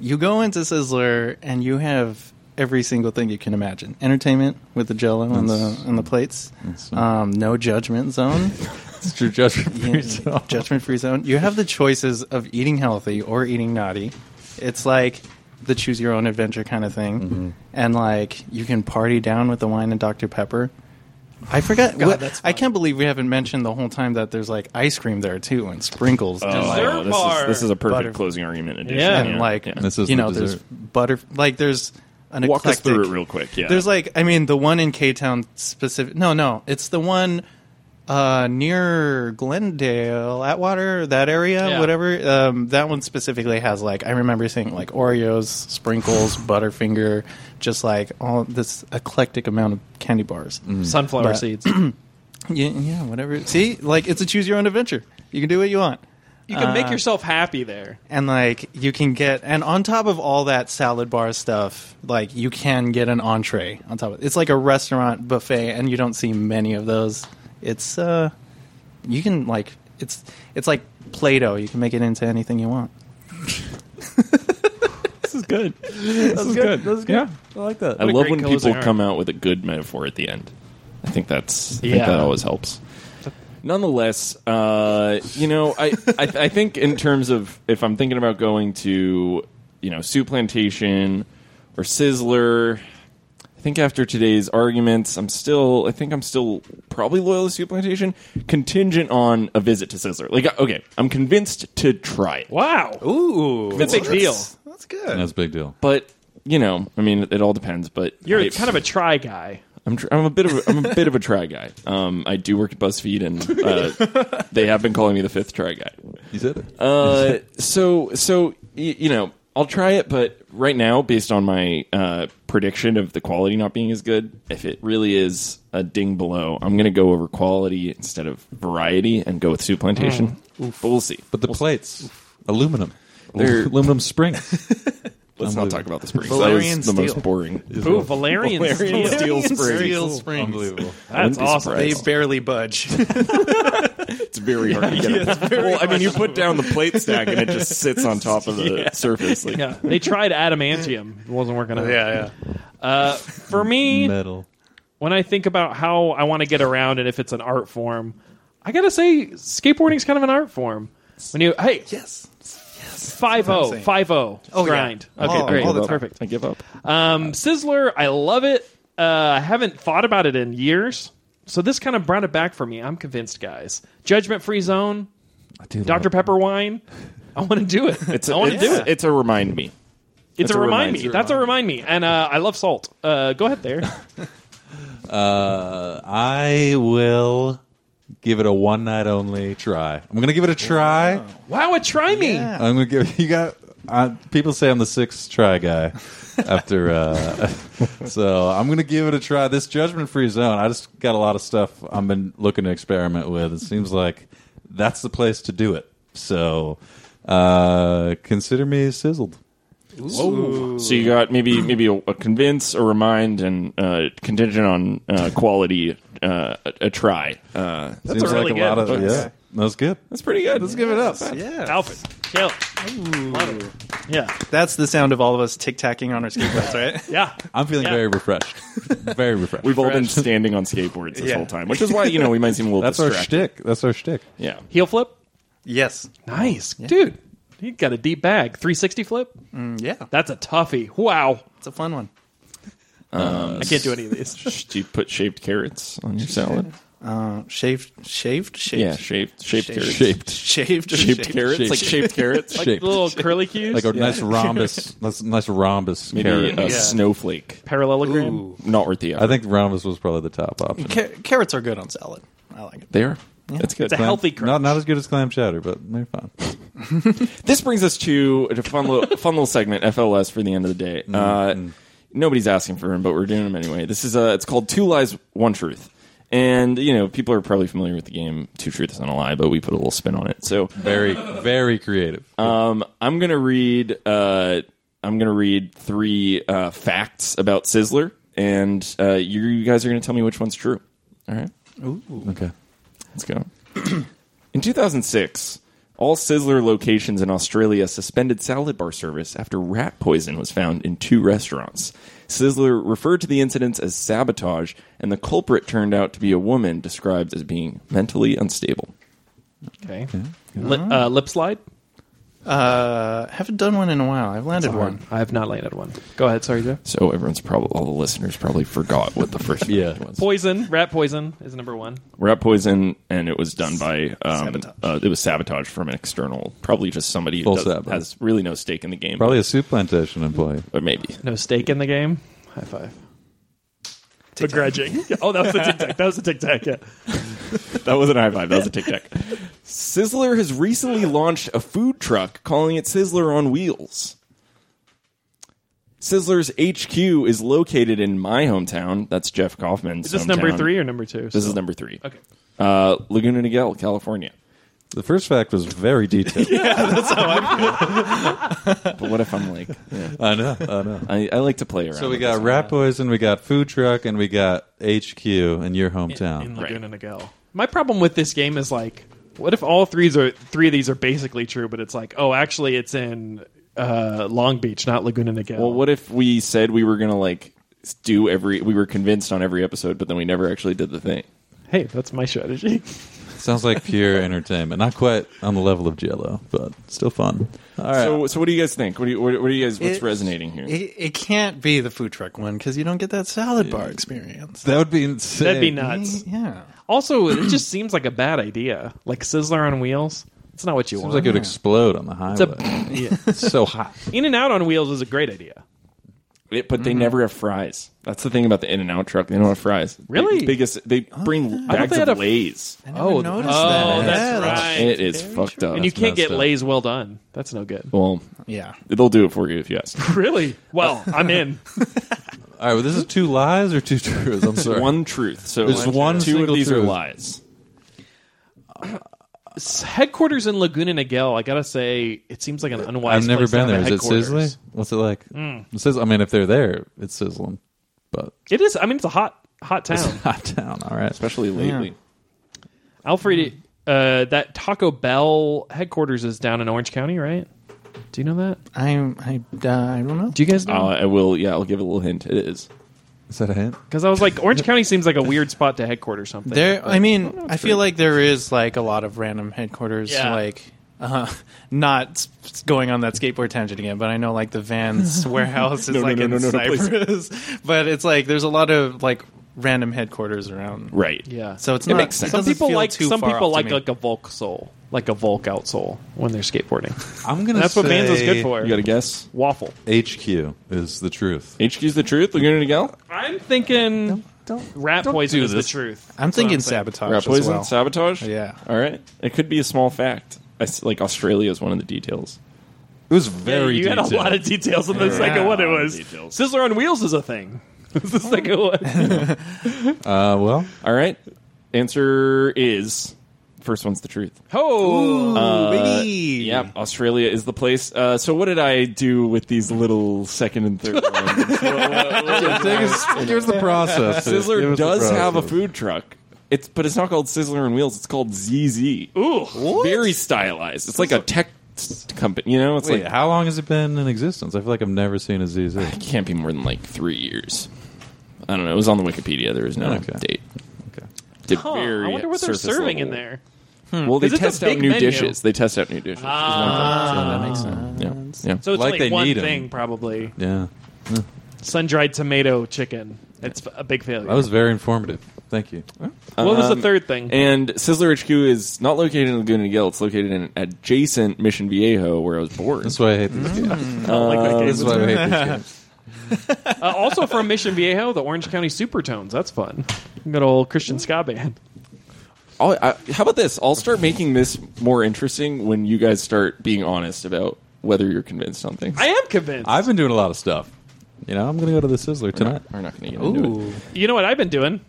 Speaker 5: you go into Sizzler and you have every single thing you can imagine: entertainment with the Jello and the and the plates, um, no judgment zone,
Speaker 4: It's true judgment for yourself.
Speaker 5: judgment free zone. You have the choices of eating healthy or eating naughty. It's like the choose your own adventure kind of thing, and like you can party down with the wine and Dr Pepper. I forgot. what, I can't believe we haven't mentioned the whole time that there's like ice cream there too and sprinkles. and, like,
Speaker 3: Dessert
Speaker 2: Oh, this is
Speaker 3: bar.
Speaker 2: this is a perfect
Speaker 5: Butter-
Speaker 2: closing argument edition.
Speaker 3: Yeah.
Speaker 5: and like
Speaker 2: yeah.
Speaker 4: This is
Speaker 5: you
Speaker 4: the
Speaker 5: know there's
Speaker 4: dessert.
Speaker 5: butter like there's an
Speaker 2: walk us
Speaker 5: eclectic,
Speaker 2: through it real quick. Yeah,
Speaker 5: there's like I mean the one in K Town specific no no it's the one uh near Glendale Atwater that area
Speaker 3: Yeah.
Speaker 5: whatever um that one specifically has like I remember seeing like Oreos sprinkles Butterfinger just like all this eclectic amount of candy bars
Speaker 3: Mm. Sunflower
Speaker 5: But-
Speaker 3: seeds.
Speaker 5: Yeah, yeah, whatever. See, like it's a choose your own adventure. You can do what you want.
Speaker 3: You can
Speaker 5: Uh,
Speaker 3: make yourself happy there.
Speaker 5: And like you can get and on top of all that salad bar stuff, like you can get an entree on top of It's like a restaurant buffet and you don't see many of those. It's uh you can like it's it's like Play-Doh. You can make it into anything you want.
Speaker 2: This is good. this is good. This is good. Yeah.
Speaker 4: I like that.
Speaker 2: I
Speaker 3: a
Speaker 2: love
Speaker 3: great
Speaker 2: when
Speaker 3: closing
Speaker 2: people
Speaker 3: arc.
Speaker 2: come out with a good metaphor at the end. I think that's I think
Speaker 3: Yeah.
Speaker 2: that always helps. Nonetheless, uh, you know, I, I I think in terms of if I'm thinking about going to you know Soup Plantation or Sizzler, I think after today's arguments, I'm still I think I'm still probably loyal to Soup Plantation, contingent on a visit to Sizzler. Like, okay, I'm convinced to try it.
Speaker 3: Wow.
Speaker 5: Ooh.
Speaker 3: That's a big deal.
Speaker 5: That's good.
Speaker 4: That's a big deal.
Speaker 2: but you know, I mean, it all depends. But
Speaker 3: You're
Speaker 2: I-
Speaker 3: kind of a try guy.
Speaker 2: I'm, tr- I'm a bit of a, I'm a bit of a try guy. Um, I do work at BuzzFeed, and uh, they have been calling me the fifth try guy.
Speaker 4: You said it.
Speaker 2: Uh, so so y- you know, I'll try it, but right now, based on my uh, prediction of the quality not being as good, if it really is a ding below, I'm going to go over quality instead of variety and go with Soup Plantation. but we'll see.
Speaker 4: But the plates, aluminum,
Speaker 2: They're-
Speaker 4: aluminum springs.
Speaker 2: Let's not talk about the springs.
Speaker 5: Valerian
Speaker 2: that was the
Speaker 5: steel.
Speaker 2: most boring.
Speaker 3: Ooh, Valerian,
Speaker 2: Valerian Steel
Speaker 3: Steel.
Speaker 2: Spring.
Speaker 5: Steel Springs.
Speaker 4: Unbelievable.
Speaker 3: That's
Speaker 2: Wouldn't be
Speaker 3: awesome.
Speaker 2: surprised.
Speaker 5: They barely budge.
Speaker 2: It's very hard to get it. well, I mean, you put down the plate stack and it just sits on top of the surface. Like,
Speaker 3: Yeah, they tried adamantium. It wasn't working out.
Speaker 5: yeah.
Speaker 3: Uh, for me,
Speaker 4: Metal.
Speaker 3: when I think about how I want to get around and if it's an art form, I gotta say skateboarding's kind of an art form. When you hey
Speaker 5: Yes.
Speaker 3: 5-0,
Speaker 5: saying. Oh,
Speaker 3: 5-0
Speaker 5: yeah.
Speaker 3: oh, grind. Okay,
Speaker 5: All-
Speaker 3: great,
Speaker 5: all the
Speaker 3: that's
Speaker 5: time.
Speaker 3: perfect.
Speaker 2: I give up.
Speaker 3: Um, Sizzler, I love it. Uh, I haven't thought about it in years, so this kind of brought it back for me. I'm convinced, guys. Judgment Free Zone,
Speaker 4: I do
Speaker 3: Dr
Speaker 4: love-
Speaker 3: Pepper wine. I want to do it.
Speaker 2: It's
Speaker 3: I
Speaker 2: a,
Speaker 3: want to
Speaker 2: it's,
Speaker 3: do it.
Speaker 2: it's a remind me. It's
Speaker 3: It's, a,
Speaker 2: a
Speaker 3: remind
Speaker 2: remind-
Speaker 3: me. That's a remind me. And uh, I love salt. Uh, go ahead there.
Speaker 4: Uh, I will give it a one night only try. I'm gonna give it a try.
Speaker 3: wow, it try me.
Speaker 5: Yeah.
Speaker 4: I'm gonna give you got. Uh, people say I'm the sixth try guy after, uh, so I'm gonna give it a try. This judgment free zone. I just got a lot of stuff I've been looking to experiment with. It seems like that's the place to do it. So uh, consider me sizzled.
Speaker 2: So you got maybe maybe a, a convince, a remind, and uh, contingent on uh, quality, uh, a, a try. Uh,
Speaker 4: That's seems
Speaker 3: a really
Speaker 4: like a lot
Speaker 3: good
Speaker 4: of
Speaker 3: choice.
Speaker 4: yeah. That's good.
Speaker 2: that's pretty good. Let's give it up.
Speaker 5: Yeah.
Speaker 3: Alfred, kill. Love it. Yeah,
Speaker 5: That's the sound of all of us tic tacking on our skateboards, right?
Speaker 3: yeah.
Speaker 4: I'm feeling
Speaker 3: Yeah.
Speaker 4: very refreshed. very refreshed.
Speaker 2: We've all been standing on skateboards this
Speaker 5: Yeah.
Speaker 2: whole time, which is why you know we might seem a little
Speaker 4: that's our
Speaker 2: distracted.
Speaker 4: shtick. That's our shtick.
Speaker 2: Yeah.
Speaker 3: Heel flip.
Speaker 5: yes.
Speaker 3: Nice, dude. You got a deep bag. 360 flip.
Speaker 5: Mm, Yeah.
Speaker 3: That's a toughie. Wow.
Speaker 5: That's a fun one.
Speaker 3: I can't do any of these.
Speaker 2: Do you put shaved carrots on your salad?
Speaker 5: Shaved, shaved, shaved.
Speaker 2: Yeah, shaved shaved
Speaker 5: Shaved.
Speaker 2: carrots.
Speaker 4: Shaped.
Speaker 5: Shaved,
Speaker 2: Shaped carrots, like shaved carrots,
Speaker 4: Shaped.
Speaker 3: Little curly cues.
Speaker 4: like a nice rhombus. That's a nice rhombus
Speaker 2: maybe uh,
Speaker 4: carrot.
Speaker 2: a
Speaker 5: Yeah.
Speaker 2: snowflake.
Speaker 3: parallelogram.
Speaker 2: Not worth the.
Speaker 4: I think rhombus was probably the top option.
Speaker 5: Ca- carrots are good on salad. I like it.
Speaker 2: They are. That's good.
Speaker 3: It's a healthy crunch.
Speaker 4: Not not as good as clam chowder, but they're fine.
Speaker 2: this brings us to a fun little, fun little segment, FLS, for the end of the day.
Speaker 3: Mm-hmm.
Speaker 2: Uh, Nobody's asking for him, but we're doing him anyway. This is uh, it's called Two Lies, One Truth. And you know, people are probably familiar with the game Two Truths and a Lie, but we put a little spin on it. So
Speaker 4: Very very creative.
Speaker 2: um, I'm gonna read. Uh, I'm gonna read three uh, facts about Sizzler, and uh, you, you guys are gonna tell me which one's true. All right.
Speaker 4: okay.
Speaker 2: Let's go. in 2006, all Sizzler locations in Australia suspended salad bar service after rat poison was found in two restaurants. Sizzler referred to the incidents as sabotage, and the culprit turned out to be a woman described as being mentally unstable.
Speaker 3: Okay. Lip, uh, lip slide.
Speaker 5: Uh, haven't done one in a while. I've landed one.
Speaker 3: I have not landed one. Go ahead. Sorry, Joe.
Speaker 2: So everyone's probably all the listeners probably forgot what the first
Speaker 4: Yeah.
Speaker 2: one was.
Speaker 3: Poison. Rat poison is number one.
Speaker 2: rat poison, and it was done by um,
Speaker 5: Sabotage.
Speaker 2: Uh, it was sabotage from an external, probably just somebody
Speaker 4: Full
Speaker 2: who does,
Speaker 4: sabo.
Speaker 2: has really no stake in the game,
Speaker 4: Probably a soup plantation employee.
Speaker 2: or maybe
Speaker 3: No stake in the game. High five. Begrudging. oh, that was a tic tac. That was a tic tac. Yeah.
Speaker 2: That wasn't a high five. That was a tic tac. Sizzler has recently launched a food truck, calling it Sizzler on Wheels. Sizzler's HQ is located in my hometown. That's Jeff Kaufman's.
Speaker 3: Is this number
Speaker 2: hometown.
Speaker 3: three or number two?
Speaker 2: This is number three.
Speaker 3: Okay.
Speaker 2: Uh, Laguna Niguel, California.
Speaker 4: The first fact was very detailed.
Speaker 2: But what if I'm like, yeah.
Speaker 4: I know. I know.
Speaker 2: I, I like to play around.
Speaker 4: So we
Speaker 2: with
Speaker 4: got
Speaker 2: this.
Speaker 4: Rat Poison, we got Food Truck, and we got HQ in your
Speaker 2: Oh,
Speaker 4: hometown.
Speaker 3: in Laguna Niguel. My problem with this game is like, what if all threes are three of these are basically true, but it's like, oh, actually, it's in uh, Long Beach, not Laguna Niguel.
Speaker 2: Well, what if we said we were gonna like do every? We were convinced on every episode, but then we never actually did the thing.
Speaker 3: hey, that's my strategy.
Speaker 4: Sounds like pure entertainment. Not quite on the level of Jello, but still fun. Uh, All right.
Speaker 2: So, so what do you guys think? What do you, what, what do you guys? What's
Speaker 5: It-
Speaker 2: resonating here?
Speaker 5: It, it can't be the food truck one because you don't get that salad bar experience.
Speaker 4: that would be insane.
Speaker 3: That'd be nuts.
Speaker 5: Yeah.
Speaker 3: Also, it just seems like a bad idea. Like Sizzler on wheels. It's not what you
Speaker 4: Seems
Speaker 3: want.
Speaker 4: like it would explode on the highway.
Speaker 3: yeah.
Speaker 4: It's so hot.
Speaker 3: In and out on wheels is a great idea.
Speaker 2: It- but
Speaker 3: Mm-hmm.
Speaker 2: they never have fries. That's the thing about the In and Out truck. They don't have fries.
Speaker 3: Really? Oh,
Speaker 2: They, biggest. They bring
Speaker 3: I thought
Speaker 2: bags
Speaker 3: they had
Speaker 2: of
Speaker 3: a-
Speaker 2: Lay's.
Speaker 5: I never oh, noticed that.
Speaker 3: oh, that's
Speaker 5: Yeah,
Speaker 3: right.
Speaker 2: It is fucked Oh, up.
Speaker 3: and you can't get
Speaker 4: messed up.
Speaker 3: lays well done. That's no good.
Speaker 2: Well,
Speaker 5: Yeah.
Speaker 2: they'll do it for you if you ask.
Speaker 3: Really? Well, I'm in.
Speaker 4: All right, well, this is two lies or two truths? I'm sorry.
Speaker 2: One truth. So
Speaker 4: There's one
Speaker 2: Two of
Speaker 4: single
Speaker 2: these are
Speaker 4: truth.
Speaker 2: lies.
Speaker 3: Headquarters in Laguna Niguel. I gotta say, it seems like an unwise.
Speaker 4: I've never
Speaker 3: place to
Speaker 4: been there.
Speaker 3: have
Speaker 4: Is
Speaker 3: a
Speaker 4: it
Speaker 3: headquarters.
Speaker 4: sizzling? What's it like?
Speaker 3: Mm.
Speaker 4: It says, I mean, if they're there, it's sizzling. But
Speaker 3: It is. I mean, it's a hot, hot
Speaker 4: it's
Speaker 3: town.
Speaker 4: hot town. All right.
Speaker 2: Especially lately.
Speaker 3: Alfred, uh, that Taco Bell headquarters is down in Orange County, right? Do you know that?
Speaker 5: I'm, I, uh, I don't know.
Speaker 3: Do you guys
Speaker 2: Uh,
Speaker 3: know?
Speaker 2: I will. Yeah, I'll give a little hint. It is.
Speaker 4: Is that a hint?
Speaker 3: Because I was like, Orange County seems like a weird spot to headquarters something. oh,
Speaker 5: There, I mean, I feel like there is like a lot of random headquarters,
Speaker 3: Yeah.
Speaker 5: like uh, not s- s- going on that skateboard tangent again. But I know like the Vans warehouse is
Speaker 2: no,
Speaker 5: like
Speaker 2: no,
Speaker 5: in
Speaker 2: no, no, no, please.
Speaker 5: Cyprus, but it's like there's a lot of like random headquarters around.
Speaker 2: Right.
Speaker 3: yeah.
Speaker 5: So it's
Speaker 2: It
Speaker 5: not.
Speaker 2: makes sense.
Speaker 5: it
Speaker 3: some
Speaker 5: doesn't
Speaker 3: people
Speaker 5: feel
Speaker 3: like
Speaker 5: too
Speaker 3: some
Speaker 5: far
Speaker 3: people
Speaker 5: off to
Speaker 3: like
Speaker 5: me.
Speaker 3: like a Volk sole, like a Volk outsole when they're skateboarding.
Speaker 4: I'm going to
Speaker 3: That's what Vans is good for.
Speaker 2: You got a guess?
Speaker 3: Waffle.
Speaker 4: HQ is the truth.
Speaker 2: HQ's the truth. Laguna Niguel.
Speaker 3: I'm thinking rat poison
Speaker 4: do
Speaker 3: is
Speaker 4: this.
Speaker 3: the truth.
Speaker 5: I'm thinking
Speaker 3: That's
Speaker 5: sabotage.
Speaker 2: Rat
Speaker 5: as
Speaker 2: poison.
Speaker 5: well.
Speaker 2: Sabotage.
Speaker 5: Yeah.
Speaker 2: All right. It could be a small fact. I s like Australia is one of the details.
Speaker 4: It was
Speaker 3: what I'm saying.
Speaker 4: very
Speaker 3: you had a lot of details on the second one. It was
Speaker 2: Details.
Speaker 3: Sizzler on wheels is a thing. It's the second one.
Speaker 4: Uh, well,
Speaker 2: All right. Answer is first one's the truth.
Speaker 3: Oh,
Speaker 5: Wee.
Speaker 2: Yeah, Australia is the place. Uh, so what did I do with these little second and third ones?
Speaker 4: take us- here's the process. Give
Speaker 2: Sizzler
Speaker 4: us the
Speaker 2: does have a
Speaker 4: process.
Speaker 2: food truck. It's but it's not called Sizzler and Wheels. It's called ZZ.
Speaker 3: Ooh.
Speaker 2: Very stylized. It's like a tech s- company. You know, it's
Speaker 4: Wait,
Speaker 2: like
Speaker 4: how long has it been in existence? I feel like I've never seen a ZZ.
Speaker 2: it can't be more than like three years. I don't know. It was on the Wikipedia. There is no
Speaker 4: Okay.
Speaker 2: date.
Speaker 4: Okay. Hmm.
Speaker 2: Did
Speaker 3: Huh, I
Speaker 2: very
Speaker 3: wonder what they're
Speaker 2: surface
Speaker 3: serving in
Speaker 2: level.
Speaker 3: there.
Speaker 2: Well, they
Speaker 3: 'Cause it's a
Speaker 2: test out
Speaker 3: big
Speaker 2: new
Speaker 3: menu.
Speaker 2: dishes. They test out new dishes.
Speaker 3: Ah,
Speaker 2: yeah, yeah.
Speaker 3: So it's
Speaker 4: Like
Speaker 3: only
Speaker 4: they
Speaker 3: one
Speaker 4: need 'em.
Speaker 3: thing, probably
Speaker 4: Yeah.
Speaker 3: sun-dried tomato chicken. It's a big failure.
Speaker 4: That was very informative. Thank you.
Speaker 3: what was the
Speaker 2: Um,
Speaker 3: third thing?
Speaker 2: And Sizzler HQ is not located in Laguna Niguel. It's located in adjacent Mission Viejo, where I was born.
Speaker 4: That's why I hate this game.
Speaker 3: Like that game
Speaker 4: uh, This is
Speaker 3: was-
Speaker 4: Mm. why I hate this game.
Speaker 3: Uh, also from Mission Viejo, the Orange County Supertones. That's fun. Good old Christian ska band.
Speaker 2: I'll, I, how about this? I'll start making this more interesting when you guys start being honest about whether you're convinced on things.
Speaker 3: I am convinced.
Speaker 4: I've been doing a lot of stuff. You know, I'm going to go to the Sizzler
Speaker 2: we're
Speaker 4: tonight.
Speaker 2: not, going to get into it.
Speaker 3: you know what I've been doing?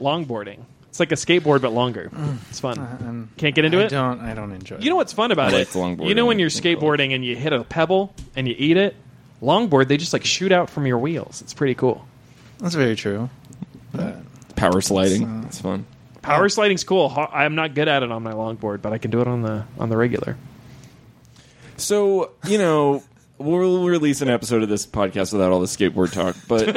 Speaker 3: Longboarding. It's like a skateboard but longer. It's fun. Can't get into
Speaker 5: I
Speaker 3: it.
Speaker 5: don't. I don't enjoy.
Speaker 3: You know what's fun about
Speaker 2: I
Speaker 3: it?
Speaker 2: like longboarding.
Speaker 3: You know when you're
Speaker 2: I think about
Speaker 3: skateboarding and you hit a pebble and you eat it. Longboard, they just like shoot out from your wheels. It's pretty cool.
Speaker 5: That's very true.
Speaker 2: Power sliding. That's fun.
Speaker 3: Power sliding's cool. Ho- I'm not good at it on my longboard, but I can do it on the on the regular.
Speaker 2: So, you know, we'll release an episode of this podcast without all the skateboard talk, but uh,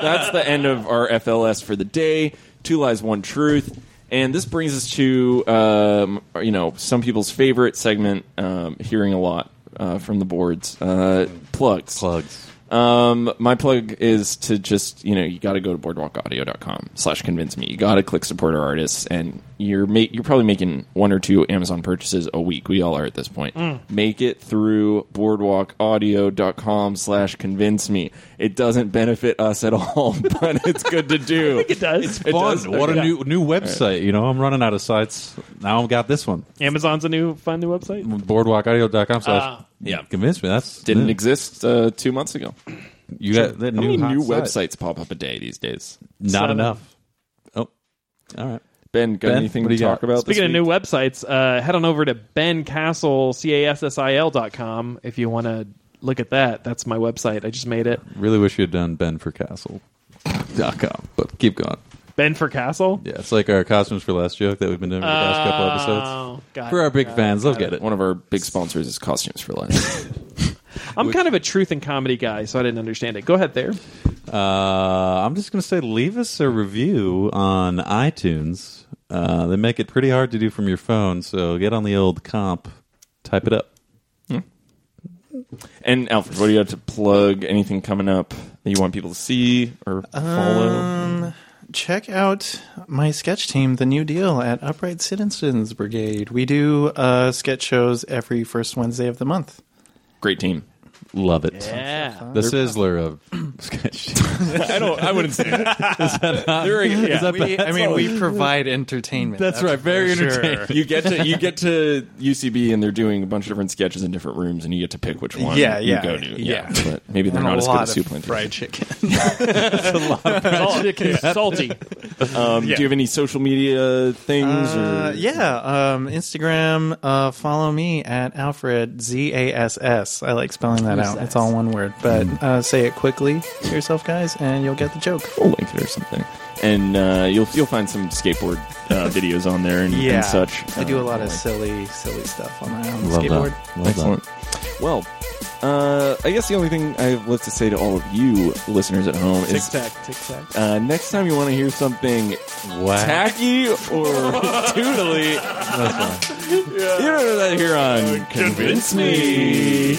Speaker 2: that's the end of our FLS for the day. Two lies, one truth. And this brings us to, um, you know, some people's favorite segment, um, hearing a lot uh, from the boards. Uh, plugs.
Speaker 4: Plugs.
Speaker 2: Um, my plug is to just, you know, you got to go to boardwalkaudio.com slash convince me. You got to click support our artists and you're ma- you're probably making one or two Amazon purchases a week. We all are at this point.
Speaker 4: Mm.
Speaker 2: Make it through boardwalkaudio.com slash convince me. It doesn't benefit us at all, but it's good to do.
Speaker 3: It does.
Speaker 4: Fun.
Speaker 2: does-
Speaker 4: What a
Speaker 2: yeah.
Speaker 4: new new website. You know, I'm running out of sites. Now I've got this one.
Speaker 3: Amazon's a new fun new website.
Speaker 4: Boardwalkaudio.com slash
Speaker 3: Ah.
Speaker 2: Uh, Yeah.
Speaker 4: convince me. That's
Speaker 2: Didn't
Speaker 4: new.
Speaker 2: exist uh, two months ago.
Speaker 4: You got that
Speaker 2: How
Speaker 4: new,
Speaker 2: many
Speaker 4: hot
Speaker 2: new
Speaker 4: site.
Speaker 2: websites pop up a day these days?
Speaker 4: Not
Speaker 3: Seven.
Speaker 4: enough. Oh, all right.
Speaker 2: Ben, got
Speaker 4: Ben,
Speaker 2: anything
Speaker 4: what
Speaker 2: to
Speaker 4: do you
Speaker 2: talk
Speaker 4: got?
Speaker 2: about?
Speaker 3: Speaking of
Speaker 2: this
Speaker 3: new
Speaker 2: week?
Speaker 3: websites, uh, head on over to bencassil.com if you want to look at that. That's my website. I just made it.
Speaker 4: Really wish you had done Ben for Castle. dot com, but keep going.
Speaker 3: Ben for Castle?
Speaker 4: Yeah, it's like our costumes for last joke that we've been doing for the past couple episodes.
Speaker 3: Oh, got
Speaker 4: For
Speaker 3: it,
Speaker 4: our big
Speaker 3: got it,
Speaker 4: fans, they'll
Speaker 3: got
Speaker 4: get it.
Speaker 2: one of our big sponsors is Costumes for Less.
Speaker 3: I'm kind of a truth and comedy guy, so I didn't understand it. Go ahead there.
Speaker 4: Uh, I'm just going to say, leave us a review on iTunes. Uh, they make it pretty hard to do from your phone, so get on the old comp, type it up.
Speaker 2: and Alfred, what do you have to plug? Anything coming up that you want people to see or follow?
Speaker 5: Um, check out my sketch team, The New Deal, at Upright Citizens Brigade. We do uh, sketch shows every first Wednesday of the month.
Speaker 2: Great team.
Speaker 4: Love it.
Speaker 3: Yeah.
Speaker 4: The sizzler of sketch.
Speaker 2: I don't. I wouldn't say that. They're a- yeah.
Speaker 5: We, I mean, we provide entertainment.
Speaker 4: That's right, very
Speaker 5: for sure.
Speaker 4: entertaining.
Speaker 2: you get to you get to UCB and they're doing a bunch of different sketches in different rooms and you get to pick which one
Speaker 5: Yeah,
Speaker 2: you
Speaker 5: yeah,
Speaker 2: go to.
Speaker 5: yeah.
Speaker 2: But maybe they're
Speaker 5: And
Speaker 2: not
Speaker 5: a
Speaker 2: as good
Speaker 5: lot
Speaker 2: as
Speaker 5: of
Speaker 2: Suplantation.
Speaker 5: fried chicken.
Speaker 3: salty.
Speaker 2: Um, Do you have any social media things?
Speaker 5: Uh,
Speaker 2: or
Speaker 5: yeah, um, Instagram. Uh, follow me at Alfred Z A S S. I like spelling that out. It's all one word, but
Speaker 2: Mm.
Speaker 5: uh, say it quickly to yourself, guys, and you'll get the joke.
Speaker 2: we'll link it or something. And uh, you'll you'll find some skateboard uh, videos on there and, and such.
Speaker 5: I do a
Speaker 2: Uh,
Speaker 5: lot of
Speaker 2: like-
Speaker 5: silly, silly stuff on my own
Speaker 4: Love
Speaker 5: skateboard.
Speaker 4: that. Love
Speaker 2: Excellent. Well, uh, I guess the only thing I have left to say to all of you listeners at home
Speaker 3: Tic
Speaker 2: is
Speaker 3: tac, tic tac.
Speaker 2: uh, next time you want to hear something
Speaker 4: That. Wow.
Speaker 2: tacky or toodly, you know that here on Uh, Convince Me.